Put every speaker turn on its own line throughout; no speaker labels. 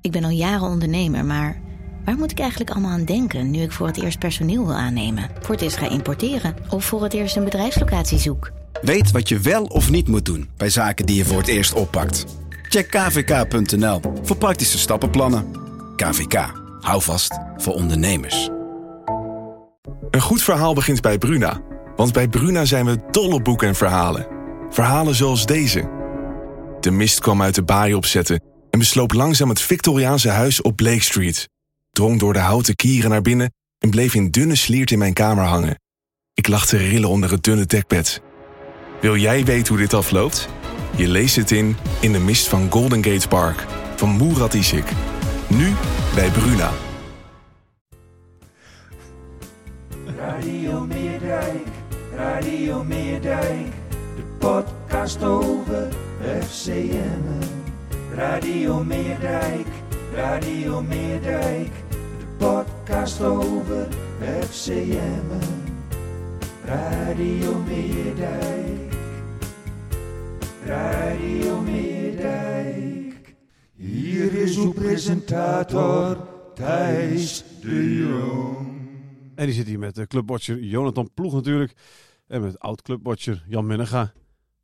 Ik ben al jaren ondernemer, maar waar moet ik eigenlijk allemaal aan denken nu ik voor het eerst personeel wil aannemen, voor het eerst ga importeren of voor het eerst een bedrijfslocatie zoek?
Weet wat je wel of niet moet doen bij zaken die je voor het eerst oppakt. Check kvk.nl voor praktische stappenplannen. KVK, hou vast voor ondernemers.
Een goed verhaal begint bij Bruna. Want bij Bruna zijn we dol op boeken en verhalen. Verhalen zoals deze. De mist kwam uit de baai opzetten en besloop langzaam het Victoriaanse huis op Blake Street. Drong door de houten kieren naar binnen en bleef in dunne sliert in mijn kamer hangen. Ik lag te rillen onder het dunne dekbed. Wil jij weten hoe dit afloopt? Je leest het in In de mist van Golden Gate Park van Murat Isik. Nu bij Bruna.
Radio Meerdijk, Radio Meerdijk, de podcast over FCM. Radio Meerdijk, Radio Meerdijk, de podcast over FCM. Radio Meerdijk, Radio Meerdijk. Hier is uw presentator Thijs de Jong.
En die zit hier met de clubwatcher Jonathan Ploeg natuurlijk. En met oud-clubwatcher Jan Minnega.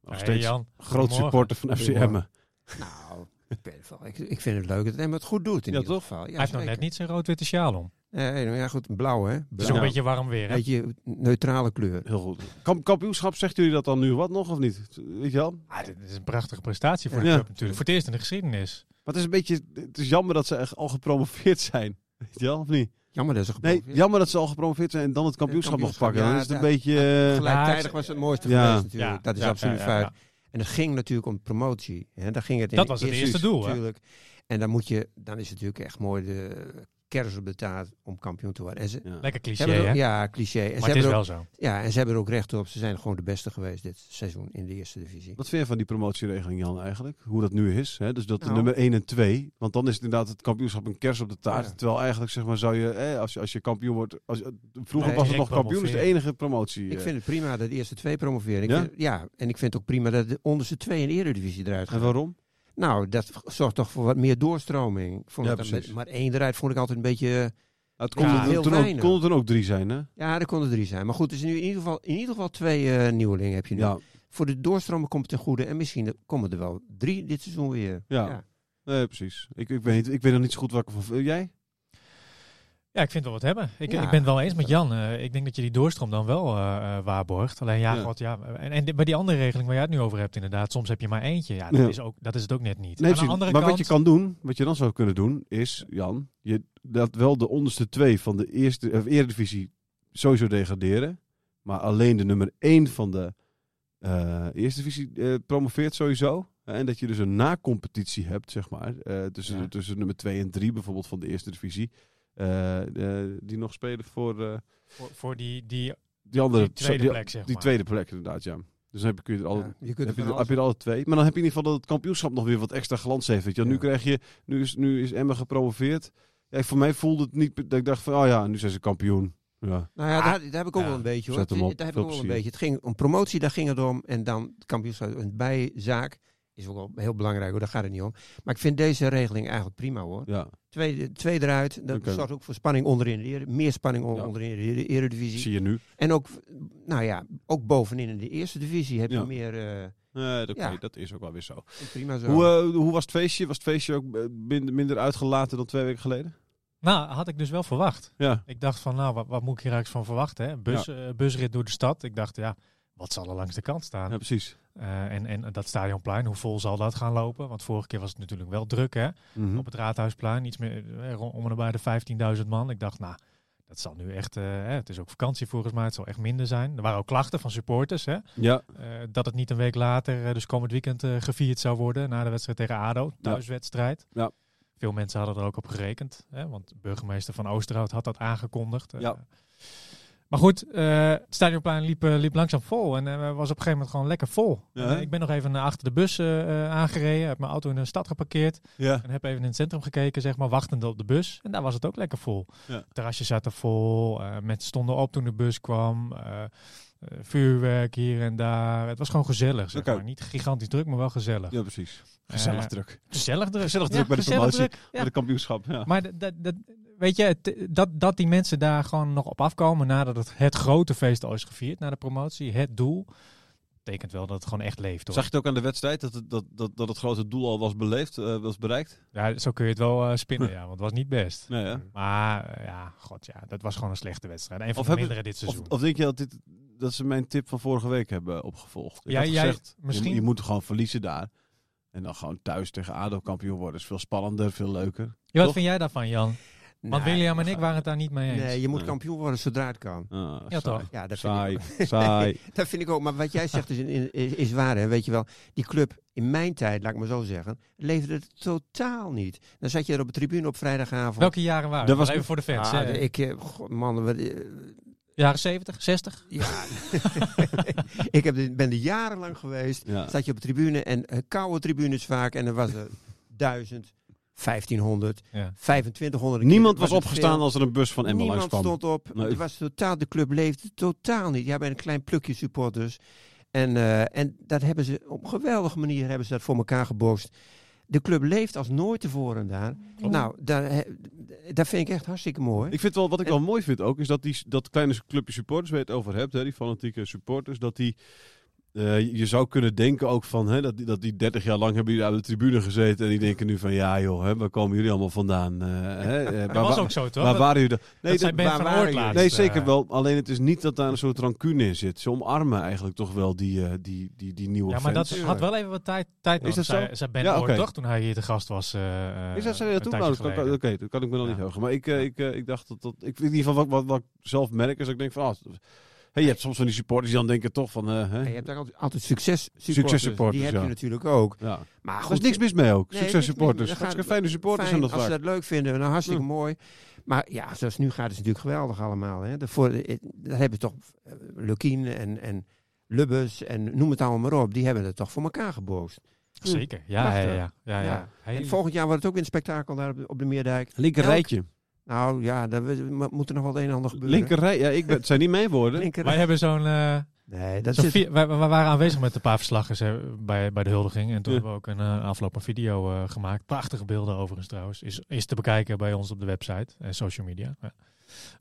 Nog
Hey,
steeds
Jan.
groot supporter van FC
Goedemorgen.
Emmen.
Nou, ik, ben ervan- ik, ik vind het leuk dat Emma het goed doet in
Ja,
ieder
toch?
geval. Ja,
Hij heeft nog
zeker.
net niet zijn rood-witte sjaal om.
Nee, nee, nou ja, goed, blauw hè?
Het is
Blauw.
ook
Ja.
een beetje warm weer. hè?
Beetje neutrale kleur.
Heel goed. Kamp kampioenschap, zegt jullie dat dan nu wat nog of niet? Weet je wel? Maar
Ah, dit is een prachtige prestatie voor de
Ja.
club natuurlijk. Voor het eerst in de geschiedenis.
het is een beetje, het is jammer dat ze echt al gepromoveerd zijn. Weet je wel, of niet?
Jammer dat ze
Nee,
geprobeerd.
jammer dat ze al gepromoveerd zijn en dan het kampioenschap, nog
kampioenschap,
pakken. dan
ja,
is het een
dat-
beetje... eh,
Gelijktijdig
Ja,
was het mooiste
ja.
geweest natuurlijk.
Ja,
Dat is
ja,
absoluut
ja, ja,
feit.
ja.
En het ging natuurlijk om promotie. Hè? Daar ging het in
Dat was het eerste
instantie
doel, hè?
Natuurlijk. En dan, moet je, dan is het natuurlijk echt mooi de kers op de taart om kampioen te worden. En ze,
ja.
Lekker
ze
cliché,
hebben er
hè?
ook- ja, cliché. En ze,
maar het is
hebben er
wel
ook,
zo.
ja, en ze hebben er ook recht op. Ze zijn gewoon de beste geweest dit seizoen in de eerste divisie.
Wat vind je van die promotieregeling, Jan, eigenlijk? Hoe dat nu is? Hè? Dus dat de
Nou.
nummer 1 en 2. Want dan is het inderdaad het kampioenschap een kers op de taart.
Ja.
Terwijl eigenlijk, zeg maar, zou je... Hè, als, je als je kampioen wordt... Als, je- vroeger
Nee,
was het nog
direct
kampioen, is de
promoveren.
enige promotie.
Ik
eh.
vind het prima dat de eerste twee promoveren. Ik
Ja?
vind- ja? en ik vind het ook prima dat de onderste twee in de eredivisie eruit
En
gaan.
waarom?
Nou, dat v- zorgt toch voor wat meer doorstroming. Ik Vond
Ja,
het dan met
precies.
maar één eruit vond ik altijd een beetje... eh,
Het
Ja,
kon, er,
Ah, heel
toen ook,
weinig.
kon er toen ook drie zijn, hè?
Ja, er konden drie zijn. Maar goed, dus nu in ieder geval, in ieder geval twee eh, nieuwelingen heb je nu.
Ja,
Voor de doorstroming komt het ten goede. En misschien er- komen er wel drie dit seizoen weer.
Ja. nee, precies. Ik, ik, weet, ik weet nog niet zo goed wat ik ervan vind. Jij?
Ja, ik vind wel wat hebben. Ik,
Ja.
ik ben het wel eens met Jan. Eh, ik denk dat je die doorstroom dan wel eh, eh, waarborgt. Alleen ja,
Ja.
God, ja. En, en di- bij die andere regeling waar jij het nu over hebt, inderdaad, soms heb je maar eentje. Ja, dat,
Ja.
Is, ook, dat is het ook net niet.
Nee,
Aan de
precies.
andere
Maar
kant,
wat je kan doen, wat je dan zou kunnen doen, is, Jan, je laat wel de onderste twee van de eerste, of eredivisie sowieso degraderen. Maar alleen de nummer één van de eh, eerste divisie eh, promoveert sowieso. En dat je dus een na-competitie hebt, zeg maar, eh, tussen,
Ja.
tussen nummer 2 en 3 bijvoorbeeld van de eerste divisie. eh, eh, die nog spelen voor eh,
voor, voor die, die,
die andere
die tweede
die-
plek, zeg
Die
maar.
tweede plek inderdaad, ja. Dus dan heb je, kun je er al,
Ja, je kunt
heb, je
van
er,
alles-
heb je er alle twee. Maar dan heb je in ieder geval dat het kampioenschap nog weer wat extra glans heeft. Weet je. wel. Nu
Ja.
krijg je, nu is, nu is Emma gepromoveerd. Ja, voor mij voelde het niet dat ik dacht van, oh ja, nu zijn ze kampioen. Ah, Ja,
Nou ja, daar, daar heb ik ook
ja,
wel een beetje hoor.
zet hem
Het-
op.
Daar heb
Veel
ik ook wel een
plezier.
beetje. Het ging om promotie, daar ging het om. En dan de kampioenschap, een bijzaak is ook wel heel belangrijk hoor, daar gaat het niet om. Maar ik vind deze regeling eigenlijk prima hoor.
ja.
Twee, twee eruit, dat
Oké.
zorgt ook voor spanning onderin de Eredivisie. Meer spanning on-
Ja.
onderin de Ere- Eredivisie.
zie je nu.
En ook, nou ja, ook bovenin in de Eerste Divisie heb je
Ja.
meer eh,
Eh, dat,
Ja.
oké, dat is ook wel weer zo.
prima zo.
Hoe, eh, hoe was het feestje? Was het feestje ook eh, minder, minder uitgelaten dan twee weken geleden?
Nou, had ik dus wel verwacht.
Ja,
Ik dacht van, nou, wat, wat moet ik hier eigenlijk van verwachten? Hè? Bus, eh, busrit door de stad. Ik dacht, ja, wat zal er langs de kant staan?
ja precies.
Eh, en, en dat stadionplein, hoe vol zal dat gaan lopen? Want vorige keer was het natuurlijk wel druk, hè?
Mhm.
Op het Raadhuisplein, iets meer eh, ro- om en bij de 15.000 man. Ik dacht, nou, dat zal nu echt, eh, hè, het is ook vakantie volgens mij, het zal echt minder zijn. Er waren ook klachten van supporters, hè?
Ja,
Eh, dat het niet een week later, eh, dus komend weekend, eh, gevierd zou worden na de wedstrijd tegen ADO, thuiswedstrijd.
Ja.
Veel mensen hadden er ook op gerekend, hè, want burgemeester van Oosterhout had dat aangekondigd. eh.
Ja.
Maar goed, eh, het stadionplein liep, eh, liep langzaam vol en eh, was op een gegeven moment gewoon lekker vol.
Ja,
En,
hè?
eh, ik ben nog even naar achter de bus eh, eh, aangereden, heb mijn auto in de stad geparkeerd
ja.
en heb even in het centrum gekeken, zeg maar, wachtende op de bus. En daar was het ook lekker vol.
Ja.
Terrasjes zaten vol, eh, mensen stonden op toen de bus kwam. eh, eh, vuurwerk hier en daar. Het was gewoon gezellig, zeg
Oké.
maar. Niet gigantisch druk, maar wel gezellig.
Ja, precies.
Gezellig
druk.
Gezellig druk.
Gezellig
Ja,
druk bij de
gezellig
promotie.
druk.
Bij de kampioenschap. Ja.
Maar dat, dat, dat- weet je, het- dat, dat die mensen daar gewoon nog op afkomen nadat het, het grote feest al is gevierd, na de promotie, het doel, betekent wel dat het gewoon echt leeft. Hoor.
Zag je het ook aan de wedstrijd dat het, dat, dat, dat het grote doel al was beleefd, eh, was bereikt?
Ja, zo kun je het wel eh, spinnen, ja, want het was niet best.
Nee, hè?
Maar eh, ja, god ja, dat was gewoon een slechte wedstrijd. Een van
Of
de
hebben-
mindere dit
Of,
seizoen.
of denk je dat, dit, dat ze mijn tip van vorige week hebben opgevolgd? Ik
Ja,
had
jij-
gezegd, je-
misschien-
je, moet gewoon verliezen daar. En dan gewoon thuis tegen ADO kampioen worden. is veel spannender, veel leuker.
Ja, wat
toch?
vind jij daarvan, Jan? Want
Nou, Nee,
William en ik waren het daar niet mee eens.
Nee, je moet
Nee.
kampioen worden zodra het kan.
Ah,
Ja,
saai.
toch?
Ja, dat vind, ik,
Saai, saai.
dat vind ik ook. Maar wat jij zegt is, in- is, is waar, hè. Weet je wel, die club in mijn tijd, laat ik maar zo zeggen, leefde het totaal niet. Dan zat je er op de tribune op vrijdagavond.
Welke jaren waren
Dat
het?
was-
Even voor de fans.
Ah,
hè.
de- ik, eh, god, man, wat, eh,
Jaren 70, 60?
ja. ik heb, de- ben er jarenlang geweest.
Ja.
Zat je op de tribune en eh, koude tribunes vaak. En er was er duizend, 1500,
Ja.
2500.
Niemand
Ik-
was
het
opgestaan
veel.
als er een bus van Emmen langs
Niemand
kwam.
stond op.
Nee.
Het was totaal, de club leefde totaal niet. Ja, bij een klein plukje supporters. En, eh, en dat hebben ze op een geweldige manier hebben ze dat voor elkaar gebokst. De club leeft als nooit tevoren daar. Nou, daar, he- dat vind ik echt hartstikke mooi.
Ik vind wel, wat ik wel mooi vind ook, is dat, die, dat kleine clubje supporters, waar je het over hebt, hè, die fanatieke supporters, dat die... eh, je zou kunnen denken ook van, hè, dat, die, dat die 30 jaar lang hebben jullie aan de tribune gezeten en die denken nu van, ja joh, hè, waar komen jullie allemaal vandaan? eh, hè, eh, waar-
Dat was
waar-
ook zo, toch?
waar waren jullie dan?
dat
dat-
zei Ben
waar
van
waren
Oort
jullie?
laatst,
Nee,
eh,
zeker wel. Alleen het is niet dat daar een soort rancune in zit. Ze omarmen eigenlijk toch wel die, eh, die, die, die nieuwe
Ja, maar
fans.
dat had wel even wat tijd, tijd
Is
nodig.
dat zo?
Zei- zei Ben
Ja,
Oort
oké.
toch, toen hij hier te gast was. eh, eh,
Is dat zo?
een
Ja, toen?
tijdje
Nou, dat kan-
geleden.
Oké, dat kan ik me dan niet
Ja.
heugen. Maar ik, eh, ik, eh, ik dacht dat dat. Ik, in ieder geval wat, wat, wat ik zelf merk is dat ik denk van. ah, hey, je hebt soms van die supporters die dan denken toch van. eh, hè?
Ja, je hebt daar altijd, altijd succes supporters.
Successupporters,
Die heb
ja.
je natuurlijk ook.
Ah,
ja.
Maar
Er
goed,
is niks mis mee ook.
Nee,
Succes
niks mis.
supporters.
We gaan-
Hartstikke fijne supporters
fijn
zijn dat
als ze
vaak.
dat leuk vinden. Nou, hartstikke
Hm.
mooi. Maar ja, zoals het nu gaat is het natuurlijk geweldig allemaal. Hè. Daarvoor, eh, daar hebben toch eh, Lukien en, en Lubbers en noem het allemaal maar op. Die hebben het toch voor elkaar geboost.
Zeker, ja. ja,
Prachtig.
ja, ja, ja,
Ja.
Hele-
En volgend jaar wordt het ook weer een spektakel daar op de, op de Meerdijk.
Linker
Elk-
rijtje.
Nou ja, daar we- maar moet er nog wel het een en ander gebeuren.
Linker rij. Ja, ik ben, het zijn niet mijn woorden.
Linker-
Wij hebben zo'n... eh,
Nee, dat
zo'n
zit...
vi- wij, wij waren aanwezig met een paar verslaggers eh, bij, bij de huldiging. En toen
Ja.
hebben we ook een eh, afgelopen video eh, gemaakt. Prachtige beelden overigens trouwens. Is, is te bekijken bij ons op de website en social media. Ja.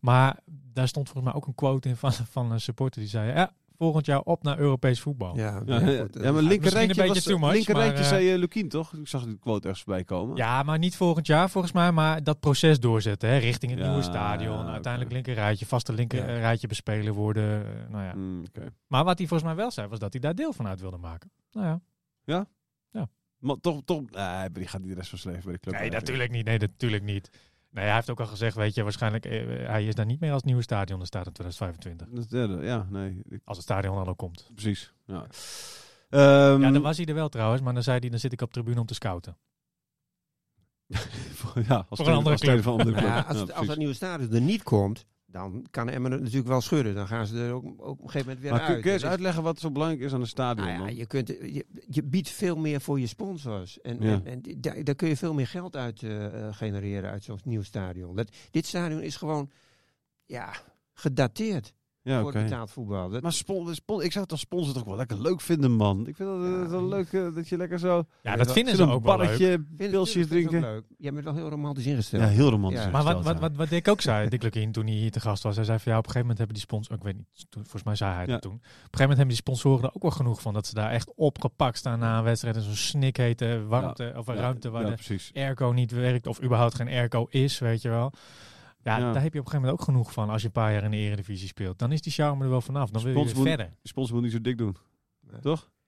Maar daar stond volgens mij ook een quote in van, van een supporter die zei... Ja, volgend jaar op naar Europees voetbal.
Ja,
Ja,
nee,
ja,
goed, dat
ja, maar
is-
linker
Misschien een
rijtje
beetje
was-
too much,
linker
maar,
rijtje
eh,
zei eh, Lukien toch? Ik zag die quote ergens voorbij komen.
Ja, maar niet volgend jaar volgens mij, maar dat proces doorzetten. Hè, richting het
Ja,
nieuwe stadion.
oké.
Uiteindelijk linkerrijtje, vaste linkerrijtje bespelen worden. eh, nou ja.
Hmm, oké.
Maar wat hij volgens mij wel zei, was dat hij daar deel van uit wilde maken. Nou ja.
Maar toch, toch, nee, die gaat niet de rest van zijn leven bij de club.
Nee,
blijven.
natuurlijk niet. Nee, natuurlijk niet. Nee, hij heeft ook al gezegd, weet je, waarschijnlijk, eh, hij is daar niet meer als het nieuwe stadion er staat in 2025.
Dat is derde, Ja, nee, ik-
Als het stadion dan al komt.
precies. Ja. Ehm,
Ja, dan was hij er wel trouwens, maar dan zei hij, dan zit ik op tribune om te scouten.
Voor- ja, als
een
trainer-
andere
als
club.
trainer van een andere club.
Ja, eh, als, het,
Ja,
als dat
precies.
nieuwe stadion er niet komt, dan kan Emmen het natuurlijk wel schudden. Dan gaan ze er ook, ook op een gegeven moment weer
maar kun,
uit.
kun je eens
Dat is-
uitleggen wat zo belangrijk is aan een stadion?
nou ja,
Ah, man?
je, kunt, je, je biedt veel meer voor je sponsors. En,
Ja.
en, en die- daar, daar kun je veel meer geld uit eh, eh, genereren uit zo'n nieuw stadion. Dat, dit stadion is gewoon ja, gedateerd
ja,
voor
oké.
het betaald voetbal. Dat,
Maar spon, spon, ik zou het als sponsor toch wel lekker leuk vinden, man. Ik vind dat,
Ja.
dat wel leuk eh, dat je lekker zo...
Ja, dat vinden
Zit
ze
een
ook wel leuk.
barretje,
vind-
pilsjes
vind ik
drinken.
ook leuk. Jij bent wel heel romantisch ingesteld.
Ja, heel romantisch.
Ja.
Maar wat,
gesteld,
wat,
ja.
wat, wat Dick ook zei, Dick Lukien, toen hij hier te gast was, hij zei van ja, op een gegeven moment hebben die sponsoren, ik weet niet, toen- volgens mij zei hij dat
Ja.
toen, op een gegeven moment hebben die sponsoren er ook wel genoeg van, dat ze daar echt opgepakt staan na een wedstrijd en zo'n snikhete warmte, of
Ja,
ruimte waar
ja,
de
precies.
airco niet werkt of überhaupt geen airco is, weet je wel. Ja,
Ja.
daar heb je op een gegeven moment ook genoeg van als je een paar jaar in de eredivisie speelt. Dan is die charme er wel vanaf, dan wil je
Spons
weer
moet-
verder.
De sponsor moet niet zo dik doen.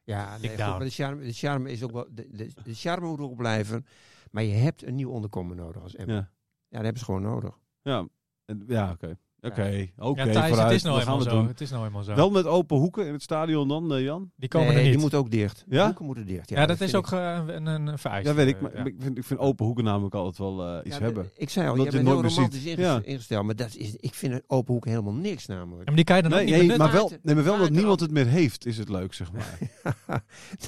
Ja, nee,
Ik
goed,
down.
maar de charme, de charme is ook wel. De, de, de charme moet erop blijven. Maar je hebt een nieuw onderkomen nodig als Emmen. Ja,
Ja,
dat hebben ze gewoon nodig.
ja, En- ja oké. Oké, oké,
ja, Thijs, het
vooruit.
is nou
We gaan
eenmaal
het
zo.
doen.
Het is nou eenmaal zo.
Wel met open hoeken in het stadion dan, eh, Jan?
die komen
nee,
er
die
niet.
moeten ook dicht.
Ja?
De hoeken moeten dicht.
ja, dat, is
vind
ook ge- een, een, een vereiste.
Dat weet ik, maar
eh, ja.
ik, vind, ik vind open hoeken namelijk altijd wel eh, iets
Ja,
hebben.
de- Ik zei al,
Omdat
je
je
bent
het
heel
nooit meer
romantisch
ziet.
ingest-
Ja.
ingesteld. Maar dat is, ik vind een open hoek helemaal niks namelijk.
Ja, maar die kan je dan
Nee,
ook niet
nee,
benutten.
maar wel,
Maarten.
nee, maar wel dat
Maarten.
niemand het meer heeft, is het leuk, zeg maar.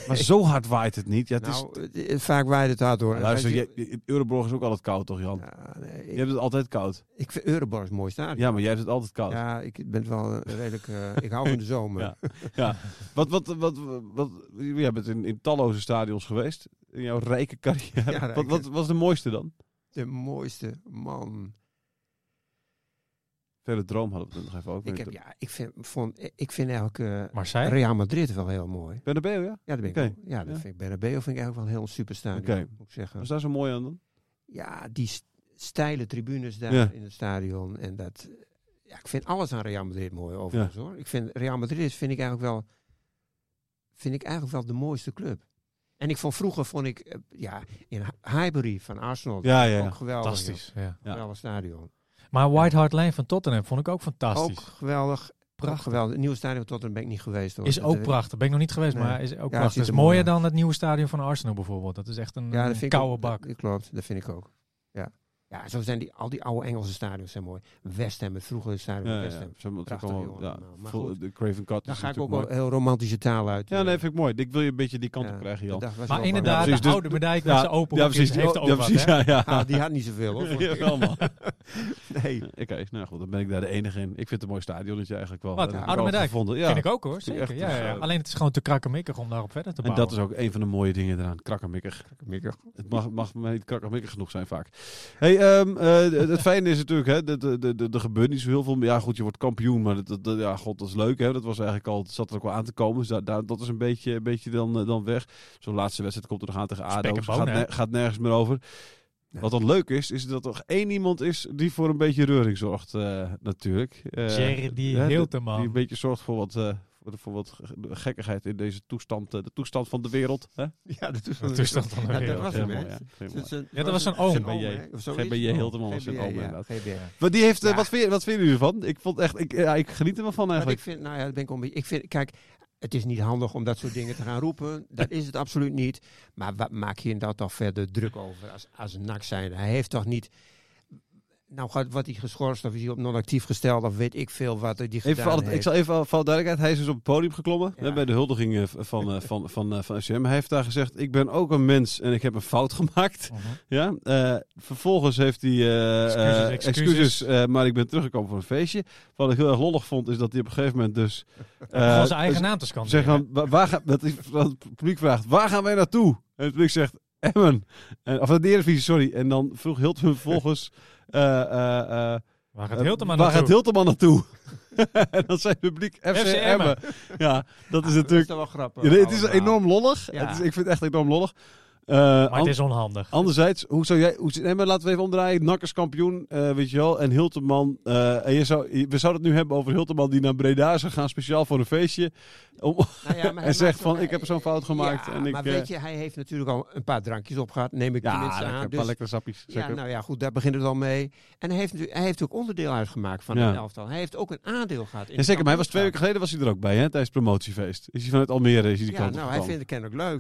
Maar zo hard waait het niet. Ja, het is,
nou, eh, vaak waait het hard hoor. En
luister,
als je-
je, je- Euroborg is ook altijd koud, toch Jan?
Ja, nee,
Je
ik,
hebt het altijd koud.
ik vind Euroborg een mooi stadion.
Ja, maar jij hebt het altijd koud.
Ja, ik ben wel een redelijk. eh, ik hou van de zomer.
Ja. Wat, wat, wat, wat, jij bent in, in talloze stadions geweest. In jouw rijke carrière.
Ja, rijke.
Wat, wat was de mooiste dan?
De mooiste man.
Verder droom hadden we het nog even over.
Ik, heb, ja, ik, vind, vond, ik vind eigenlijk eh,
Marseille?
Real Madrid wel heel mooi.
Bernabeu, ja?
Ja, dat ben ik.
Oké.
wel- Ja, dat
Ja.
vind ik Bernabeu vind ik eigenlijk wel een heel super stadion.
Oké.
Moet ik zeggen.
Was daar zo mooi aan dan?
Ja, die s- steile tribunes daar
Ja.
in het stadion en dat. Ja, ik vind alles aan Real Madrid mooi overigens hoor. Ik vind Real Madrid vind ik eigenlijk wel, vind ik eigenlijk wel de mooiste club. En ik vond vroeger vond ik eh, ja in Hy- Highbury van Arsenal
Ja, ja, ja.
ook geweldig.
Fantastisch. Ja.
Ja.
Ja. Geweldig stadion.
Maar White Hart Lane van Tottenham vond ik ook fantastisch.
Ook geweldig. Prachtig. Geweldig. Het nieuwe stadion tot dan ben ik niet geweest hoor.
Is
Dat,
ook
eh,
prachtig. Ben ik nog niet geweest,
Nee.
maar is ook
Ja, het
prachtig.
ziet
Is
er
mooier
mooi uit.
dan het nieuwe stadion van Arsenal bijvoorbeeld. Dat is echt een,
Ja,
een
dat vind
koude
ik, ook-
bak.
Dat, dat klopt, dat vind ik ook. Ja. ja, zo zijn die, al die oude Engelse stadions zijn mooi. West Ham, het vroegere stadion van
Ja, ja,
West
ja.
Ham.
Zo, want we
Prachtig,
komen-
jongen,
ja,
allemaal. Maar
vol-
goed.
de Craven Cut
Dan
is
ga ik ook
natuurlijk
wel heel romantische taal uit. eh,
mooi. Ja, nee, vind ik mooi. Ik wil je een beetje die kant
Ja,
op krijgen,
dat
Jan.
dacht- was
Maar
wel
inderdaad,
warm.
precies,
de
dus-
oude Medijk met
Ja,
zijn open
ja,
hoekjes
precies.
heeft ook
ja,
wat,
precies.
hè?
Ja, ja.
Ah, die had niet zoveel hoor.
Ja, wel, man.
Nee.
Oké, nou goed, dan ben ik daar de enige in. Ik vind het een mooi stadionnetje eigenlijk wel.
Wat,
Dat heb ik
Oude
wel
Medijk?
gevonden. Ja.
Vind ik ook hoor,
Vind ik
zeker.
echt,
Ja, ja, ja.
eh,
Alleen het is gewoon te krakkemikkig om daarop verder te
En
bouwen.
dat is ook een van de mooie dingen eraan. Krakkemikkig.
Mikker.
Het mag, mag maar niet krakkemikkig genoeg zijn vaak. Hey, ehm, eh, d- het fijne is natuurlijk, hè, dat- eh, dat- dat- dat- er gebeurt niet zo heel veel. Ja, goed, je wordt kampioen, maar dat, dat- dat- ja, god, dat is leuk. Hè. Dat was eigenlijk al, het zat er ook wel aan te komen. Dus daar, daar- dat is een beetje, een beetje dan, eh, dan weg. Zo'n laatste wedstrijd komt er nog aan tegen ADO.
Spek en
Dus gaat,
bonen, hè?
ne- gaat nergens meer over.
Nee.
Wat dan leuk is, is dat er nog één iemand is die voor een beetje reuring zorgt, eh, natuurlijk. Eh,
Jerry die
hè,
heel
dat-
te
Die een
man.
beetje zorgt voor wat, eh, voor, voor wat ge- gekkigheid in deze toestand, eh, de toestand van de wereld. Hè?
Ja, de
De
toestand.
toestand van de
Ja, dat
wereld.
was
Heel
hem,
mooi,
hè?
ja. Heel mooi.
Zijn- zijn-
Ja, dat was
zijn-
een oom.
zijn
GBJ.
hè? Of Oh, zo
GBJ
is het?
Hilterman was zijn
GBJ,
oom,
ja,
inderdaad.
GBJ.
Maar die heeft, eh,
Ja.
wat, vind je, wat vinden jullie ervan? Ik vond echt, ik, ja, ik geniet er wel van
Wat ik
eigenlijk.
vind, nou ja, dat ben ik onbe- ik vind, kijk, het is niet handig om dat soort dingen te gaan roepen. Dat is het absoluut niet. Maar wat maak je daar toch verder druk over als, als een nak zijn? Hij heeft toch niet. Nou, gaat wat hij geschorst of is hij op non-actief gesteld of weet ik veel wat hij gedaan
Even voor alle-
heeft.
ik zal even voor alle duidelijkheid, hij is dus op het podium geklommen
Ja.
hè, bij de huldiging eh, van, van, eh, van, van, eh, van FCM. Hij heeft daar gezegd, ik ben ook een mens en ik heb een fout gemaakt.
Mhm.
Ja? eh, vervolgens heeft hij eh,
Excuses,
eh,
excuses.
eh, maar ik ben teruggekomen voor een feestje. Wat ik heel erg lollig vond, is dat hij op een gegeven moment dus... eh,
Gewoon zijn eigen naam te
Zeg
scanderen.
maar, wa- waar ga, dat, hij van het publiek vraagt, waar gaan wij naartoe? En het publiek zegt, Emmen. En, of de Eredivisie, sorry. En dan vroeg Hilton vervolgens... eh eh, eh,
Waar gaat heel te man
Waar gaat
naartoe?
Hilterman naartoe? en dan zijn publiek FC,
FC
Emmen.
Emmen.
Ja, dat is
Ah,
natuurlijk...
toch wel grappig.
Ja, nee, het is
allemaal.
enorm lollig.
Ja.
Het is, ik vind het echt enorm lollig. Eh,
Maar
an-
het is onhandig.
Oh, Anderzijds, hoe zou jij... Hoe, nee, maar laten we even omdraaien. Nakkers kampioen, eh, weet je wel. En Hilterman... eh, en je zou, je- we zouden het nu hebben over Hilterman die naar Breda zou gaan. Speciaal voor een feestje. Om,
Nou ja, maar hij
en zegt
maakt
van,
toch-
ik heb zo'n fout gemaakt.
Ja,
en ik,
maar
eh,
weet je, hij heeft natuurlijk al een paar drankjes op gehad, neem ik
ja,
tenminste
lekker,
aan.
een
Dus
paar lekkere sappies.
Ja,
zeker.
nou ja, goed, daar begint het al mee. En hij heeft, natuurlijk- hij heeft ook onderdeel uitgemaakt van
Ja.
het elftal. Hij heeft ook een aandeel gehad. In
en zeker, maar hij was twee weken geleden was hij er ook bij, hè, tijdens het promotiefeest. Is hij vanuit Almere is hij die
Ja,
kant op
nou, hij
gekomen.
vindt het kennelijk leuk.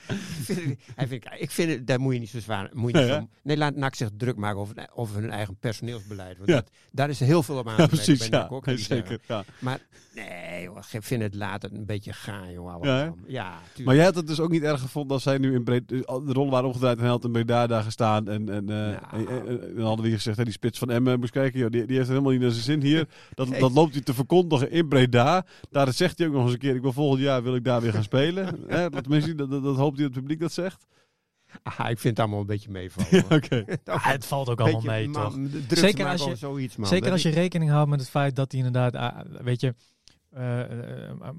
Ja, vind ik- hij vindt, ik vind het, daar moet je niet zo zwaar... Moet je niet
Nee,
zo- nee, laat NAC zich druk maken over, over hun eigen personeelsbeleid. Want
Ja.
dat, daar is heel veel op aan
Ja,
te merken
precies,
bij
ja.
NAC ook,
Nee,
moet ik zeggen.
zeker, ja.
Maar nee, joh, ik vind het later een beetje gaar, joh.
Ja, hè?
allemaal. Ja, tuurlijk.
Maar jij had het dus ook niet erg gevonden als zij nu in breed, de rollen waren omgedraaid en hij had in Breda daar gestaan. En, en, eh,
Nou.
en, en- en dan hadden we hier gezegd, hè, die spits van Emmen, eh, moest kijken, joh, die, die heeft het helemaal niet naar zijn zin hier. Dat,
Nee.
dat loopt hij te verkondigen in Breda. Daar zegt hij ook nog eens een keer, ik wil volgend jaar wil ik daar weer gaan spelen. Hè, dat, tenminste, dat, dat, dat hoopt hij dat het publiek dat zegt.
Ah, ik vind het allemaal een beetje meevallen.
Ja,
hoor.
oké.
Dat-
Ah, het valt ook allemaal
beetje,
mee,
man,
toch?
druk te
Zeker
maken
als je-
over zoiets, man.
Zeker
Dat
als je
is-
rekening houdt met het feit dat hij inderdaad, ah, weet je, eh, eh, ehm,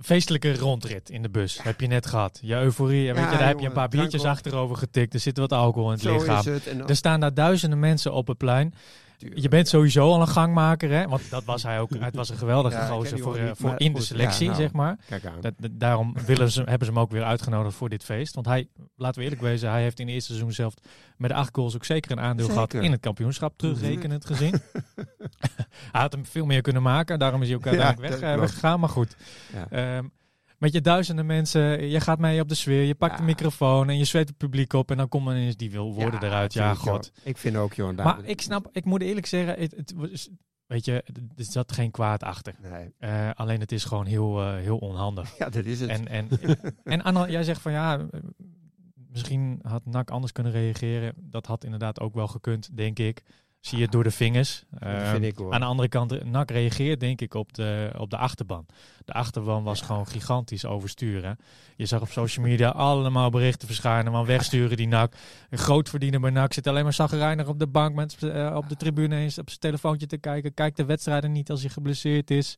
feestelijke rondrit in de bus heb je net gehad. Je euforie, weet je, daar heb je
jongen,
een paar biertjes
drank op.
achterover getikt. Er zit wat alcohol in het
Zo
lichaam.
is het. En dan-
Er staan daar duizenden mensen op het plein.
Tuurlijk.
Je bent sowieso al een gangmaker, hè? Want dat was hij ook. Het was een geweldige
Ja, ik ken
gozer
die
voor,
jongen
eh,
niet,
voor
maar
in de
goed, ja,
selectie,
nou.
zeg maar.
Kijk aan.
Dat, dat- daarom willen ze, hebben ze hem ook weer uitgenodigd voor dit feest. Want hij, laten we eerlijk wezen, hij heeft in het eerste seizoen zelf met acht goals ook zeker een aandeel
Zeker. Mhm.
gehad in het kampioenschap, terugrekenend gezien. hij had hem veel meer kunnen maken, daarom is hij ook uiteindelijk
Ja,
weg,
dat
eh,
klopt.
weggegaan. Maar goed,
Ja.
Ehm, met je duizenden mensen, je gaat mee op de sfeer, je pakt de
Ja.
microfoon en je zweet het publiek op. En dan komt ineens die wil worden eruit. Ja,
tuurlijk,
god.
joh. Ik vind ook, joh. daar-
Maar ik snap, ik moet eerlijk zeggen, het, het was- Weet je, d- er zat geen kwaad achter.
Nee.
Eh, alleen het is gewoon heel, eh, heel onhandig.
Ja, dat is het.
En, en, en Anna, jij zegt van ja, eh, misschien had NAC anders kunnen reageren. Dat had inderdaad ook wel gekund, denk ik. Zie je het door de vingers.
dat
Ehm,
vind ik hoor.
aan de andere kant, eh, NAC reageert denk ik op de, op de achterban. De achterban was gewoon gigantisch oversturen. Je zag op social media allemaal berichten verschijnen, man wegsturen die NAC. Een grootverdiener bij NAC zit alleen maar zagrijnig op de bank, met, z'n- eh, op de tribune eens op zijn telefoontje te kijken. Kijk de wedstrijden niet als hij geblesseerd is.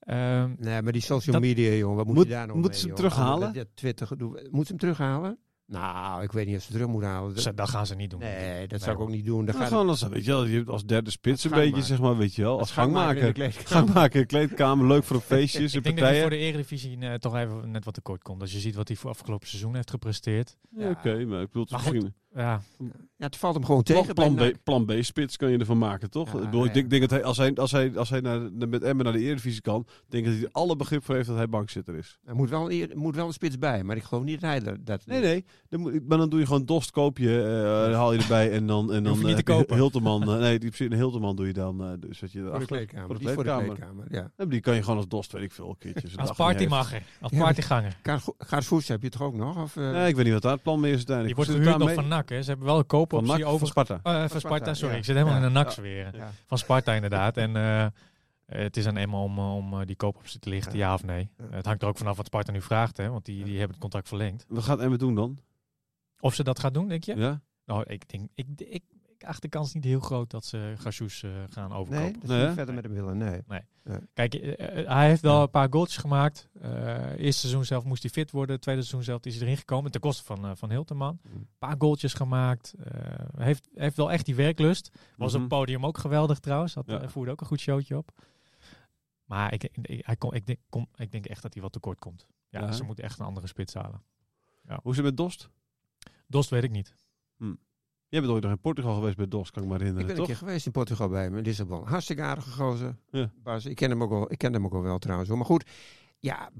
Ehm,
Nee, maar die social
Dat-
media, jongen, wat moet,
Moet-
je daar nou
moeten
mee,
ze hem
jongen?
terughalen?
Dat- dat Twitter gedoe. Moeten ze hem terughalen? Nou, ik weet niet of ze terug moeten halen. Dat-
ze- dat gaan ze niet doen.
nee, dat
Nee,
zou ik
hoor.
ook niet doen. Dan
Nou,
gaat
gewoon als, weet je wel, je hebt als derde spits een
gangmaker.
beetje, zeg maar, weet je wel. Als
in de
gangmaker.
kleedkamer.
Gangmaker, kleedkamer, leuk voor de feestjes en
Ik denk dat hij voor
partijen.
de Eredivisie eh, toch even net wat tekort komt. Als je ziet wat hij voor afgelopen seizoen heeft gepresteerd.
Ja, Oké, maar ik bedoel, het is
Maar goed,
misschien...
Ja,
Ja, het valt hem gewoon
Plan,
tegen.
plan,
bij
B, plan B spits kan je ervan maken, toch?
Ja,
ik bedoel, ik
ja.
denk, denk dat hij, als hij, als hij, als hij naar, de- met Emmen naar de Eredivisie kan, denk ik dat hij er alle begrip voor heeft dat hij bankzitter is.
Er moet wel, eer- moet wel een spits bij, maar ik geloof niet dat hij dat... dat
Nee, nee. Dan, moet- maar dan doe je gewoon Dost, koop je, eh, dan haal je erbij en dan... En dan
hoef je niet
eh,
te
heb je
kopen.
Hilterman, eh, nee, die precies, een Hilterman doe je dan, eh, dus dat je
Voor de
erachter...
kleedkamer.
voor de
Die is voor de
kleedkamer.
kleedkamer, ja.
Ja, maar die kan je gewoon als Dost, weet ik veel, een keertje. zijn
als
dag niet heeft.
partymacher, als
Ja, maar-
partyganger.
Kaars- Gaarsvoets heb je toch ook nog? Of, eh,
Nee, ik weet niet wat daar het plan mee is uiteindelijk.
Die wordt
Zit het
gehuurd nog
daarmee?
van NAC. Hè. Ze hebben wel een
Van
koopoptie
NAC of van
over.
Sparta.
eh, van
Van
Sparta,
Sparta,
sorry.
ja.
Ik zit helemaal
Ja.
in de NAC
Ja.
sfeer.
Ja.
Van Sparta inderdaad. En eh, eh, het is aan Emma om, eh, om eh, die koopoptie te lichten,
Ja.
ja, of nee.
Ja.
Eh, het hangt er ook vanaf wat Sparta nu vraagt, hè, want die, die hebben het contract verlengd.
Wat gaat Emmen doen dan?
Of ze dat gaat doen, denk je?
Ja?
Nou, ik denk, ik, ik, ik acht de kans niet heel groot dat ze Gassous gaan overkopen.
nee, dat is
Nee,
niet
hè?
verder met hem willen, nee.
Kijk, eh, eh, hij heeft wel een paar goaltjes gemaakt. Eh eerste seizoen zelf moest hij fit worden. Tweede seizoen zelf is hij erin gekomen. Ten koste van, eh, van Hilterman.
Mhm.
Mm.
Een paar goaltjes gemaakt. Eh, heeft, heeft wel echt die werklust. Was
Mhm.
op het podium ook geweldig trouwens. Had,
Ja.
eh, voerde ook een goed showtje op. Maar ik, ik, hij kom, ik, denk, kom, ik denk echt dat hij wat tekort komt. Ja,
Ja, hè?
ze moeten echt een andere spits halen.
Hoe is het met Dost?
Dost weet ik niet.
Jij bent ooit nog in Portugal geweest bij Dost, kan ik me
Ik
herinneren,
ben een
toch?
keer geweest in Portugal bij hem, in Lissabon. Hartstikke aardige gozer.
Ja.
Bas, ik ken hem ook al, ik ken hem ook al wel trouwens. hoor. Maar goed, ja,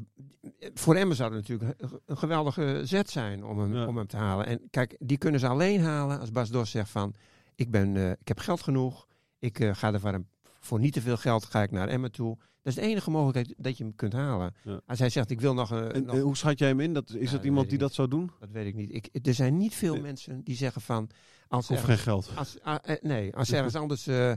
voor Emmen zou het natuurlijk een- een geweldige zet zijn om hem,
Ja.
om hem te halen. En kijk, die kunnen ze alleen halen als Bas Dos zegt van, ik, ben, eh, ik heb geld genoeg. Ik eh, ga er voor, een- voor niet te veel geld ga ik naar Emmen toe. Dat is de enige mogelijkheid dat je hem kunt halen.
Ja.
Als hij zegt, ik wil nog... een.
En,
nog
en hoe schat jij hem in? Dat, is
dat
dat
weet
iemand
ik
die
niet.
dat zou doen?
dat weet ik niet. Ik, er zijn niet veel
Nee.
mensen die zeggen van... Als
Of
er-
geen geld?
als, ah, eh, nee, als ze ergens anders eh,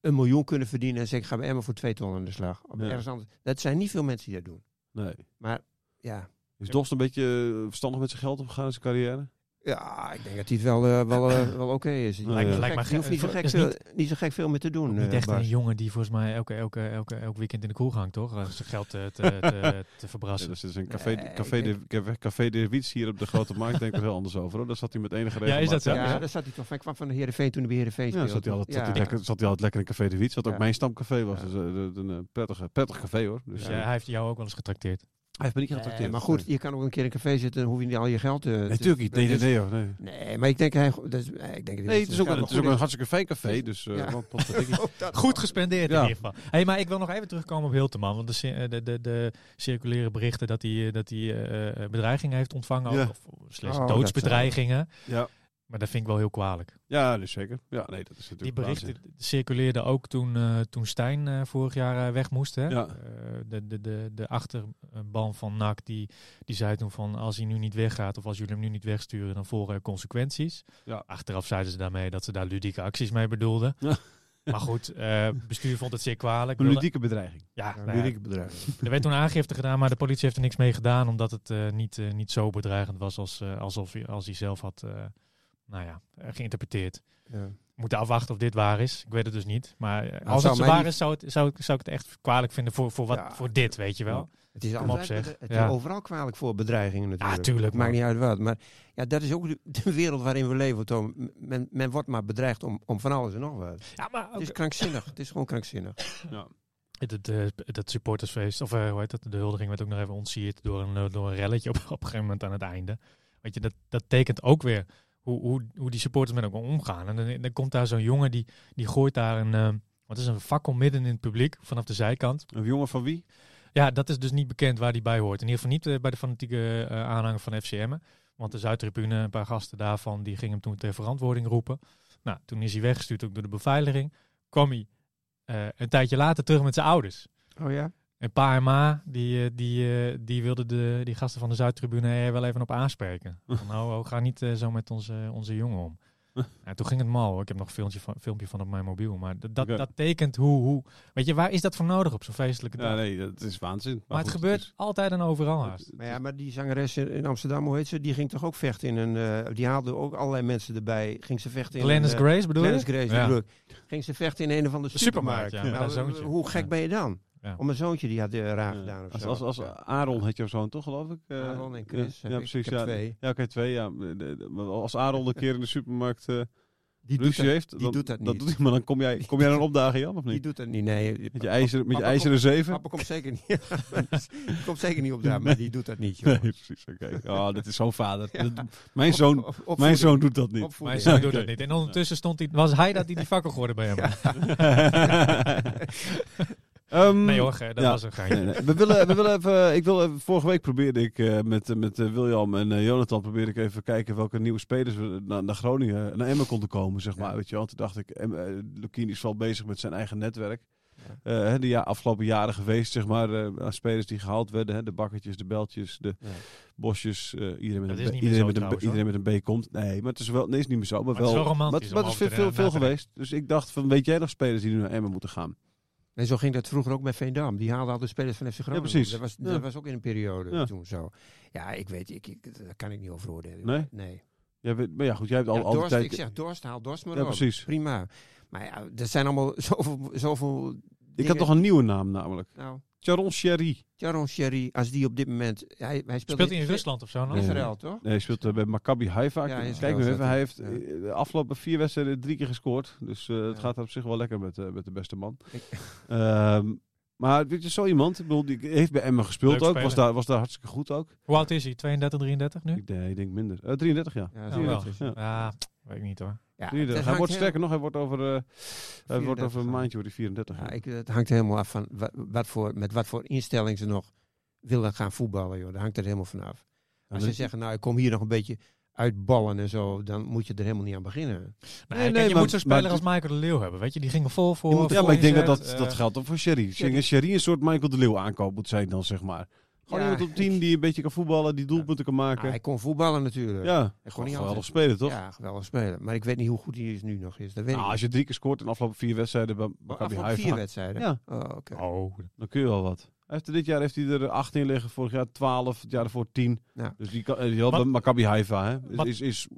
een miljoen kunnen verdienen en zeggen, ik ga bij Emmen voor twee ton aan de slag. Of
Ja.
ergens anders. Dat zijn niet veel mensen die dat doen.
Nee.
Ja,
Is Dost een beetje eh, verstandig met zijn geld omgegaan in zijn carrière?
ja ik denk dat die het wel, eh, wel, eh, wel oké is. Je
Lijkt-
hoeft
lijkt me
gek- je hoeft niet zo
ge-
gek
is
veel-
niet-
niet zo gek veel meer te doen.
Niet
eh,
echt
Bas.
een jongen die volgens mij elke, elke, elke, elk weekend in de kroeg hangt, toch? Eh, Zijn geld eh, te, te, te
Ja,
verbrassen.
dus het is een
Nee,
café,
ik
café, de, café de Wiets hier op de Grote Markt. Denk ik wel anders over. Hoor. Daar zat hij met enige regelmaat.
is dat zo?
Ja,
Ja.
daar zat hij toch. Hij kwam van de Heerenveen toen de Heerenveen
Ja,
speelde.
zat hij, altijd, zat,
Ja.
hij lekker, zat hij altijd lekker in Café de Wiets. Wat
Ja.
ook mijn stamcafé was.
Ja.
Dus, eh, een, eh, prettige, prettig café hoor. Dus,
Dus
eh,
eh, hij heeft jou ook wel eens getrakteerd.
Hij heeft me niet
Nee,
getrakteerd.
maar goed, je kan ook een keer in een café zitten en hoef je niet al je geld eh, te...
Natuurlijk niet. Nee, nee, nee. hoor, nee.
Nee, maar ik denk... Hij, dat is, eh, ik denk
Nee, het is ook, een- het is ook een
een...
hartstikke fijn café. Dus eh,
Ja.
wat, wat wat ik-
Goed gespendeerd
Ja.
in ieder geval. Hey, maar ik wil nog even terugkomen op Hilteman. Want de, cir- eh, de, de, de circulaire berichten dat hij, eh, dat hij eh, eh, bedreigingen heeft ontvangen.
Ja.
ook, Of, slechts
Oh, dat, eh,
doodsbedreigingen.
ja.
Maar dat vind ik wel heel kwalijk.
ja, dus zeker. Ja, nee, dat is natuurlijk
Die berichten circuleerden ook toen, eh, toen Stijn eh, vorig jaar eh, weg moest. Hè?
Ja.
Eh, de, de, de, de achterban van NAC die, die zei toen van als hij nu niet weggaat of als jullie hem nu niet wegsturen dan volgen er consequenties.
Ja.
Achteraf zeiden ze daarmee dat ze daar ludieke acties mee bedoelden.
Ja.
Maar goed, eh, bestuur vond het zeer kwalijk.
Een
Wilde-
ludieke bedreiging.
Ja, nou ja,
bedrijf.
er werd toen aangifte gedaan, maar de politie heeft er niks mee gedaan. Omdat het eh, niet, eh, niet zo bedreigend was als, eh, alsof hij, als hij zelf had eh, nou ja, eh, geïnterpreteerd.
Ja.
We moeten afwachten of dit waar is. Ik weet het dus niet. Maar eh,
het
als
Nou, zou
het zo
mij
waar
niet-
is, zou, het, zou, ik- zou ik het echt kwalijk vinden voor, voor, wat,
Ja.
voor dit, weet je wel.
Het is,
Kom op,
altijd,
zeg.
Het is
Ja.
overal kwalijk voor bedreigingen natuurlijk.
Ja, tuurlijk,
Maakt
man.
niet uit wat. Maar ja, dat is ook de, de wereld waarin we leven, Tom. M- Men, men wordt maar bedreigd om, om van alles en nog wat.
Ja, maar
Het is krankzinnig. Het is gewoon krankzinnig.
dat, eh, dat supportersfeest, of eh, hoe heet dat, de huldiging werd ook nog even ontsierd door een, eh, door een relletje op, op een gegeven moment aan het einde. Weet je, dat, dat tekent ook weer hoe, hoe, hoe die supporters met elkaar omgaan. En dan, dan komt daar zo'n jongen die, die gooit daar een, eh, wat is het, een fakkel midden in het publiek vanaf de zijkant.
Een jongen van wie?
Ja, dat is dus niet bekend waar die bij hoort. In ieder geval niet eh, bij de fanatieke eh, aanhanger van FCM. Want de Zuidtribune, een paar gasten daarvan, die gingen hem toen ter verantwoording roepen. Nou, toen is hij weggestuurd ook door de beveiliging. Kwam hij eh, een tijdje later terug met zijn ouders.
Oh ja?
En pa en ma, die, eh, die, eh, die wilden de, die gasten van de Zuidtribune er wel even op aanspreken. Van, nou, oh, ga niet eh, zo met onze, onze jongen om. En toen ging het mal. hoor. Ik heb nog een filmpje van, filmpje van op mijn mobiel. Maar dat, dat,
Oké.
dat tekent hoe, hoe... Weet je, waar is dat voor nodig op zo'n feestelijke dag?
Ja, nee, dat is waanzin. Maar,
maar het
goed, dus-
gebeurt
is-
altijd en overal haast.
Maar ja, maar die zangeres in in Amsterdam, hoe heet ze? Die ging toch ook vechten in een... eh, die haalde ook allerlei mensen erbij. Ging ze vechten in
Glennis
een... eh,
Grace bedoel
Glennis
je?
Grace, die
Ja.
bedoel ik. Ging ze vechten in een of andere
De supermarkt,
supermarkt.
ja, met haar
Nou,
zoontje.
hoe gek
Ja.
ben je dan?
Ja.
Om een zoontje die had eh, raar
Ja.
gedaan of
als,
zo.
als, als Aaron had jouw zoon toch, geloof ik? eh,
Aaron en Chris,
Ja, ja
heb ik.
precies.
Ik heb
ja.
twee.
Ja, oké, twee. Ja. De- de- de- Als Aaron een keer in de supermarkt eh
die doet
ruzie
dat,
heeft,
die
dan,
doet dat niet.
doet hij, maar dan kom jij, kom jij dan opdagen, Jan, of
die
niet?
doet dat niet, nee.
Met je, ijzer, met je
Papa
ijzeren zeven?
Papa komt zeker niet. Die komt zeker niet op daar, maar die doet dat niet, joh.
Nee, precies. Oké. Oh, dat is zo'n vader.
Ja.
Dat- mijn, zoon,
Op- opvoeding.
mijn zoon doet dat niet.
Maar
Opvoeding.
zo
Ja,
doet
oké.
dat niet. En ondertussen stond hij, was hij dat die die fakkel gooide bij hem.
Ehm,
Nee hoor, ge- dat
Ja.
was een geintje.
nee, nee. We willen, we willen even, ik wil even- vorige week probeerde ik eh, met, eh, met eh, William en eh, Jonathan probeerde ik even kijken welke nieuwe spelers we naar, naar Groningen, eh, naar Emmen konden komen, zeg maar. Weet je wel. Toen dacht ik, em, eh, Lukien is wel bezig met zijn eigen netwerk. Eh, hè, de ja, afgelopen jaren geweest, zeg maar, eh, aan spelers die gehaald werden. Hè, de bakkertjes, de beltjes, de
Ja.
bosjes. eh, iedereen met
Dat
een
is
B-
niet meer
iedereen
zo
met een B-
trouwens,
iedereen met een B komt. Nee, maar het is wel, nee, is niet meer zo. Maar,
Maar het is wel romantisch
maar het-
om
maar het is
over
veel,
te
veel,
na-
veel
na te denken.
geweest. Dus ik dacht van, weet jij nog spelers die nu naar Emmen moeten gaan?
Nee, zo ging dat vroeger ook met Veendam. Die haalde al de spelers van FC Groningen.
Ja, precies.
Dat was,
Ja.
dat was ook in een periode
Ja.
toen zo. Ja, ik weet, ik, ik, daar kan ik niet over oordelen.
Nee?
Nee.
Ja, we- maar ja, goed, jij hebt al,
Ja,
al
Dorst,
die tijd...
ik zeg Dorst, haal Dorst maar
Ja,
op.
precies.
Prima. Maar ja, er zijn allemaal zoveel... zoveel
Ik had nog een nieuwe naam namelijk.
Nou,
Charon Sherry.
Sharon Sherry, als die op dit moment... Hij, hij speelt,
Speelt hij in Rusland of zo?
in
Nou?
Israël, toch?
Nee, hij speelt eh, bij Maccabi Haifa.
Ja, hij is
Kijk
wel
nu even,
zeker.
hij heeft
Ja.
eh, de afgelopen vier wedstrijden drie keer gescoord. Dus eh, het
Ja.
gaat op zich wel lekker met, eh, met de beste man.
Ik-
Ehm, maar weet je, zo iemand, ik bedoel, die heeft bij Emmen gespeeld
Leuk
ook.
speler.
Was daar, was daar hartstikke goed ook.
Hoe oud is hij? 32, 33 nu?
Ik, nee, ik denk minder. Eh, 33 jaar.
Ja,
Nou, wel.
is-
Ja.
Ja, weet ik niet hoor.
ja,
33.
dat
Hij
hangt
wordt
heel-
sterker nog, hij wordt over, eh, hij wordt
34
over een
dan.
maandje wordt hij 34.
Ja,
jaar.
ik, het hangt helemaal af van wat, wat voor, met wat voor instelling ze nog willen gaan voetballen. Joh. Daar hangt het helemaal van af.
En
Als ze
dan-
zeggen, nou, ik kom hier nog een beetje uitballen en zo, dan moet je er helemaal niet aan beginnen.
Nee,
nee,
kijk, je
maar-
moet zo'n
maar
speler als Michael de Leeuw hebben, weet je? Die gingen vol voor.
oh,
Je moet- ja,
vol
maar ik denk dat
inzet,
dat,
eh,
dat geldt ook voor Sherry. Sherry. Sherry een soort Michael de Leeuw aankoop moet zijn dan, zeg maar. Gewoon
Ja,
iemand op 10 die een beetje kan voetballen, die doelpunten kan
Ah,
maken.
hij kon voetballen natuurlijk.
Ja,
niet
gewoon
altijd.
geweldig spelen, toch?
Ja, geweldig spelen. Maar ik weet niet hoe goed hij is nu nog is. Dat weet
Nou,
ik
als je drie keer scoort in de afgelopen vier wedstrijden bij
niet.
Maccabi
Afgelopen vier
Haifa,
wedstrijden?
Ja.
Oh, oké.
Oh,
dan kun je wel wat. Hij heeft er dit jaar heeft hij er acht in liggen, vorig jaar 12, het jaar ervoor 10.
Ja.
Dus die kan, eh, die had
Wat-
bij Maccabi Haifa hè.
Wat-
Is, is,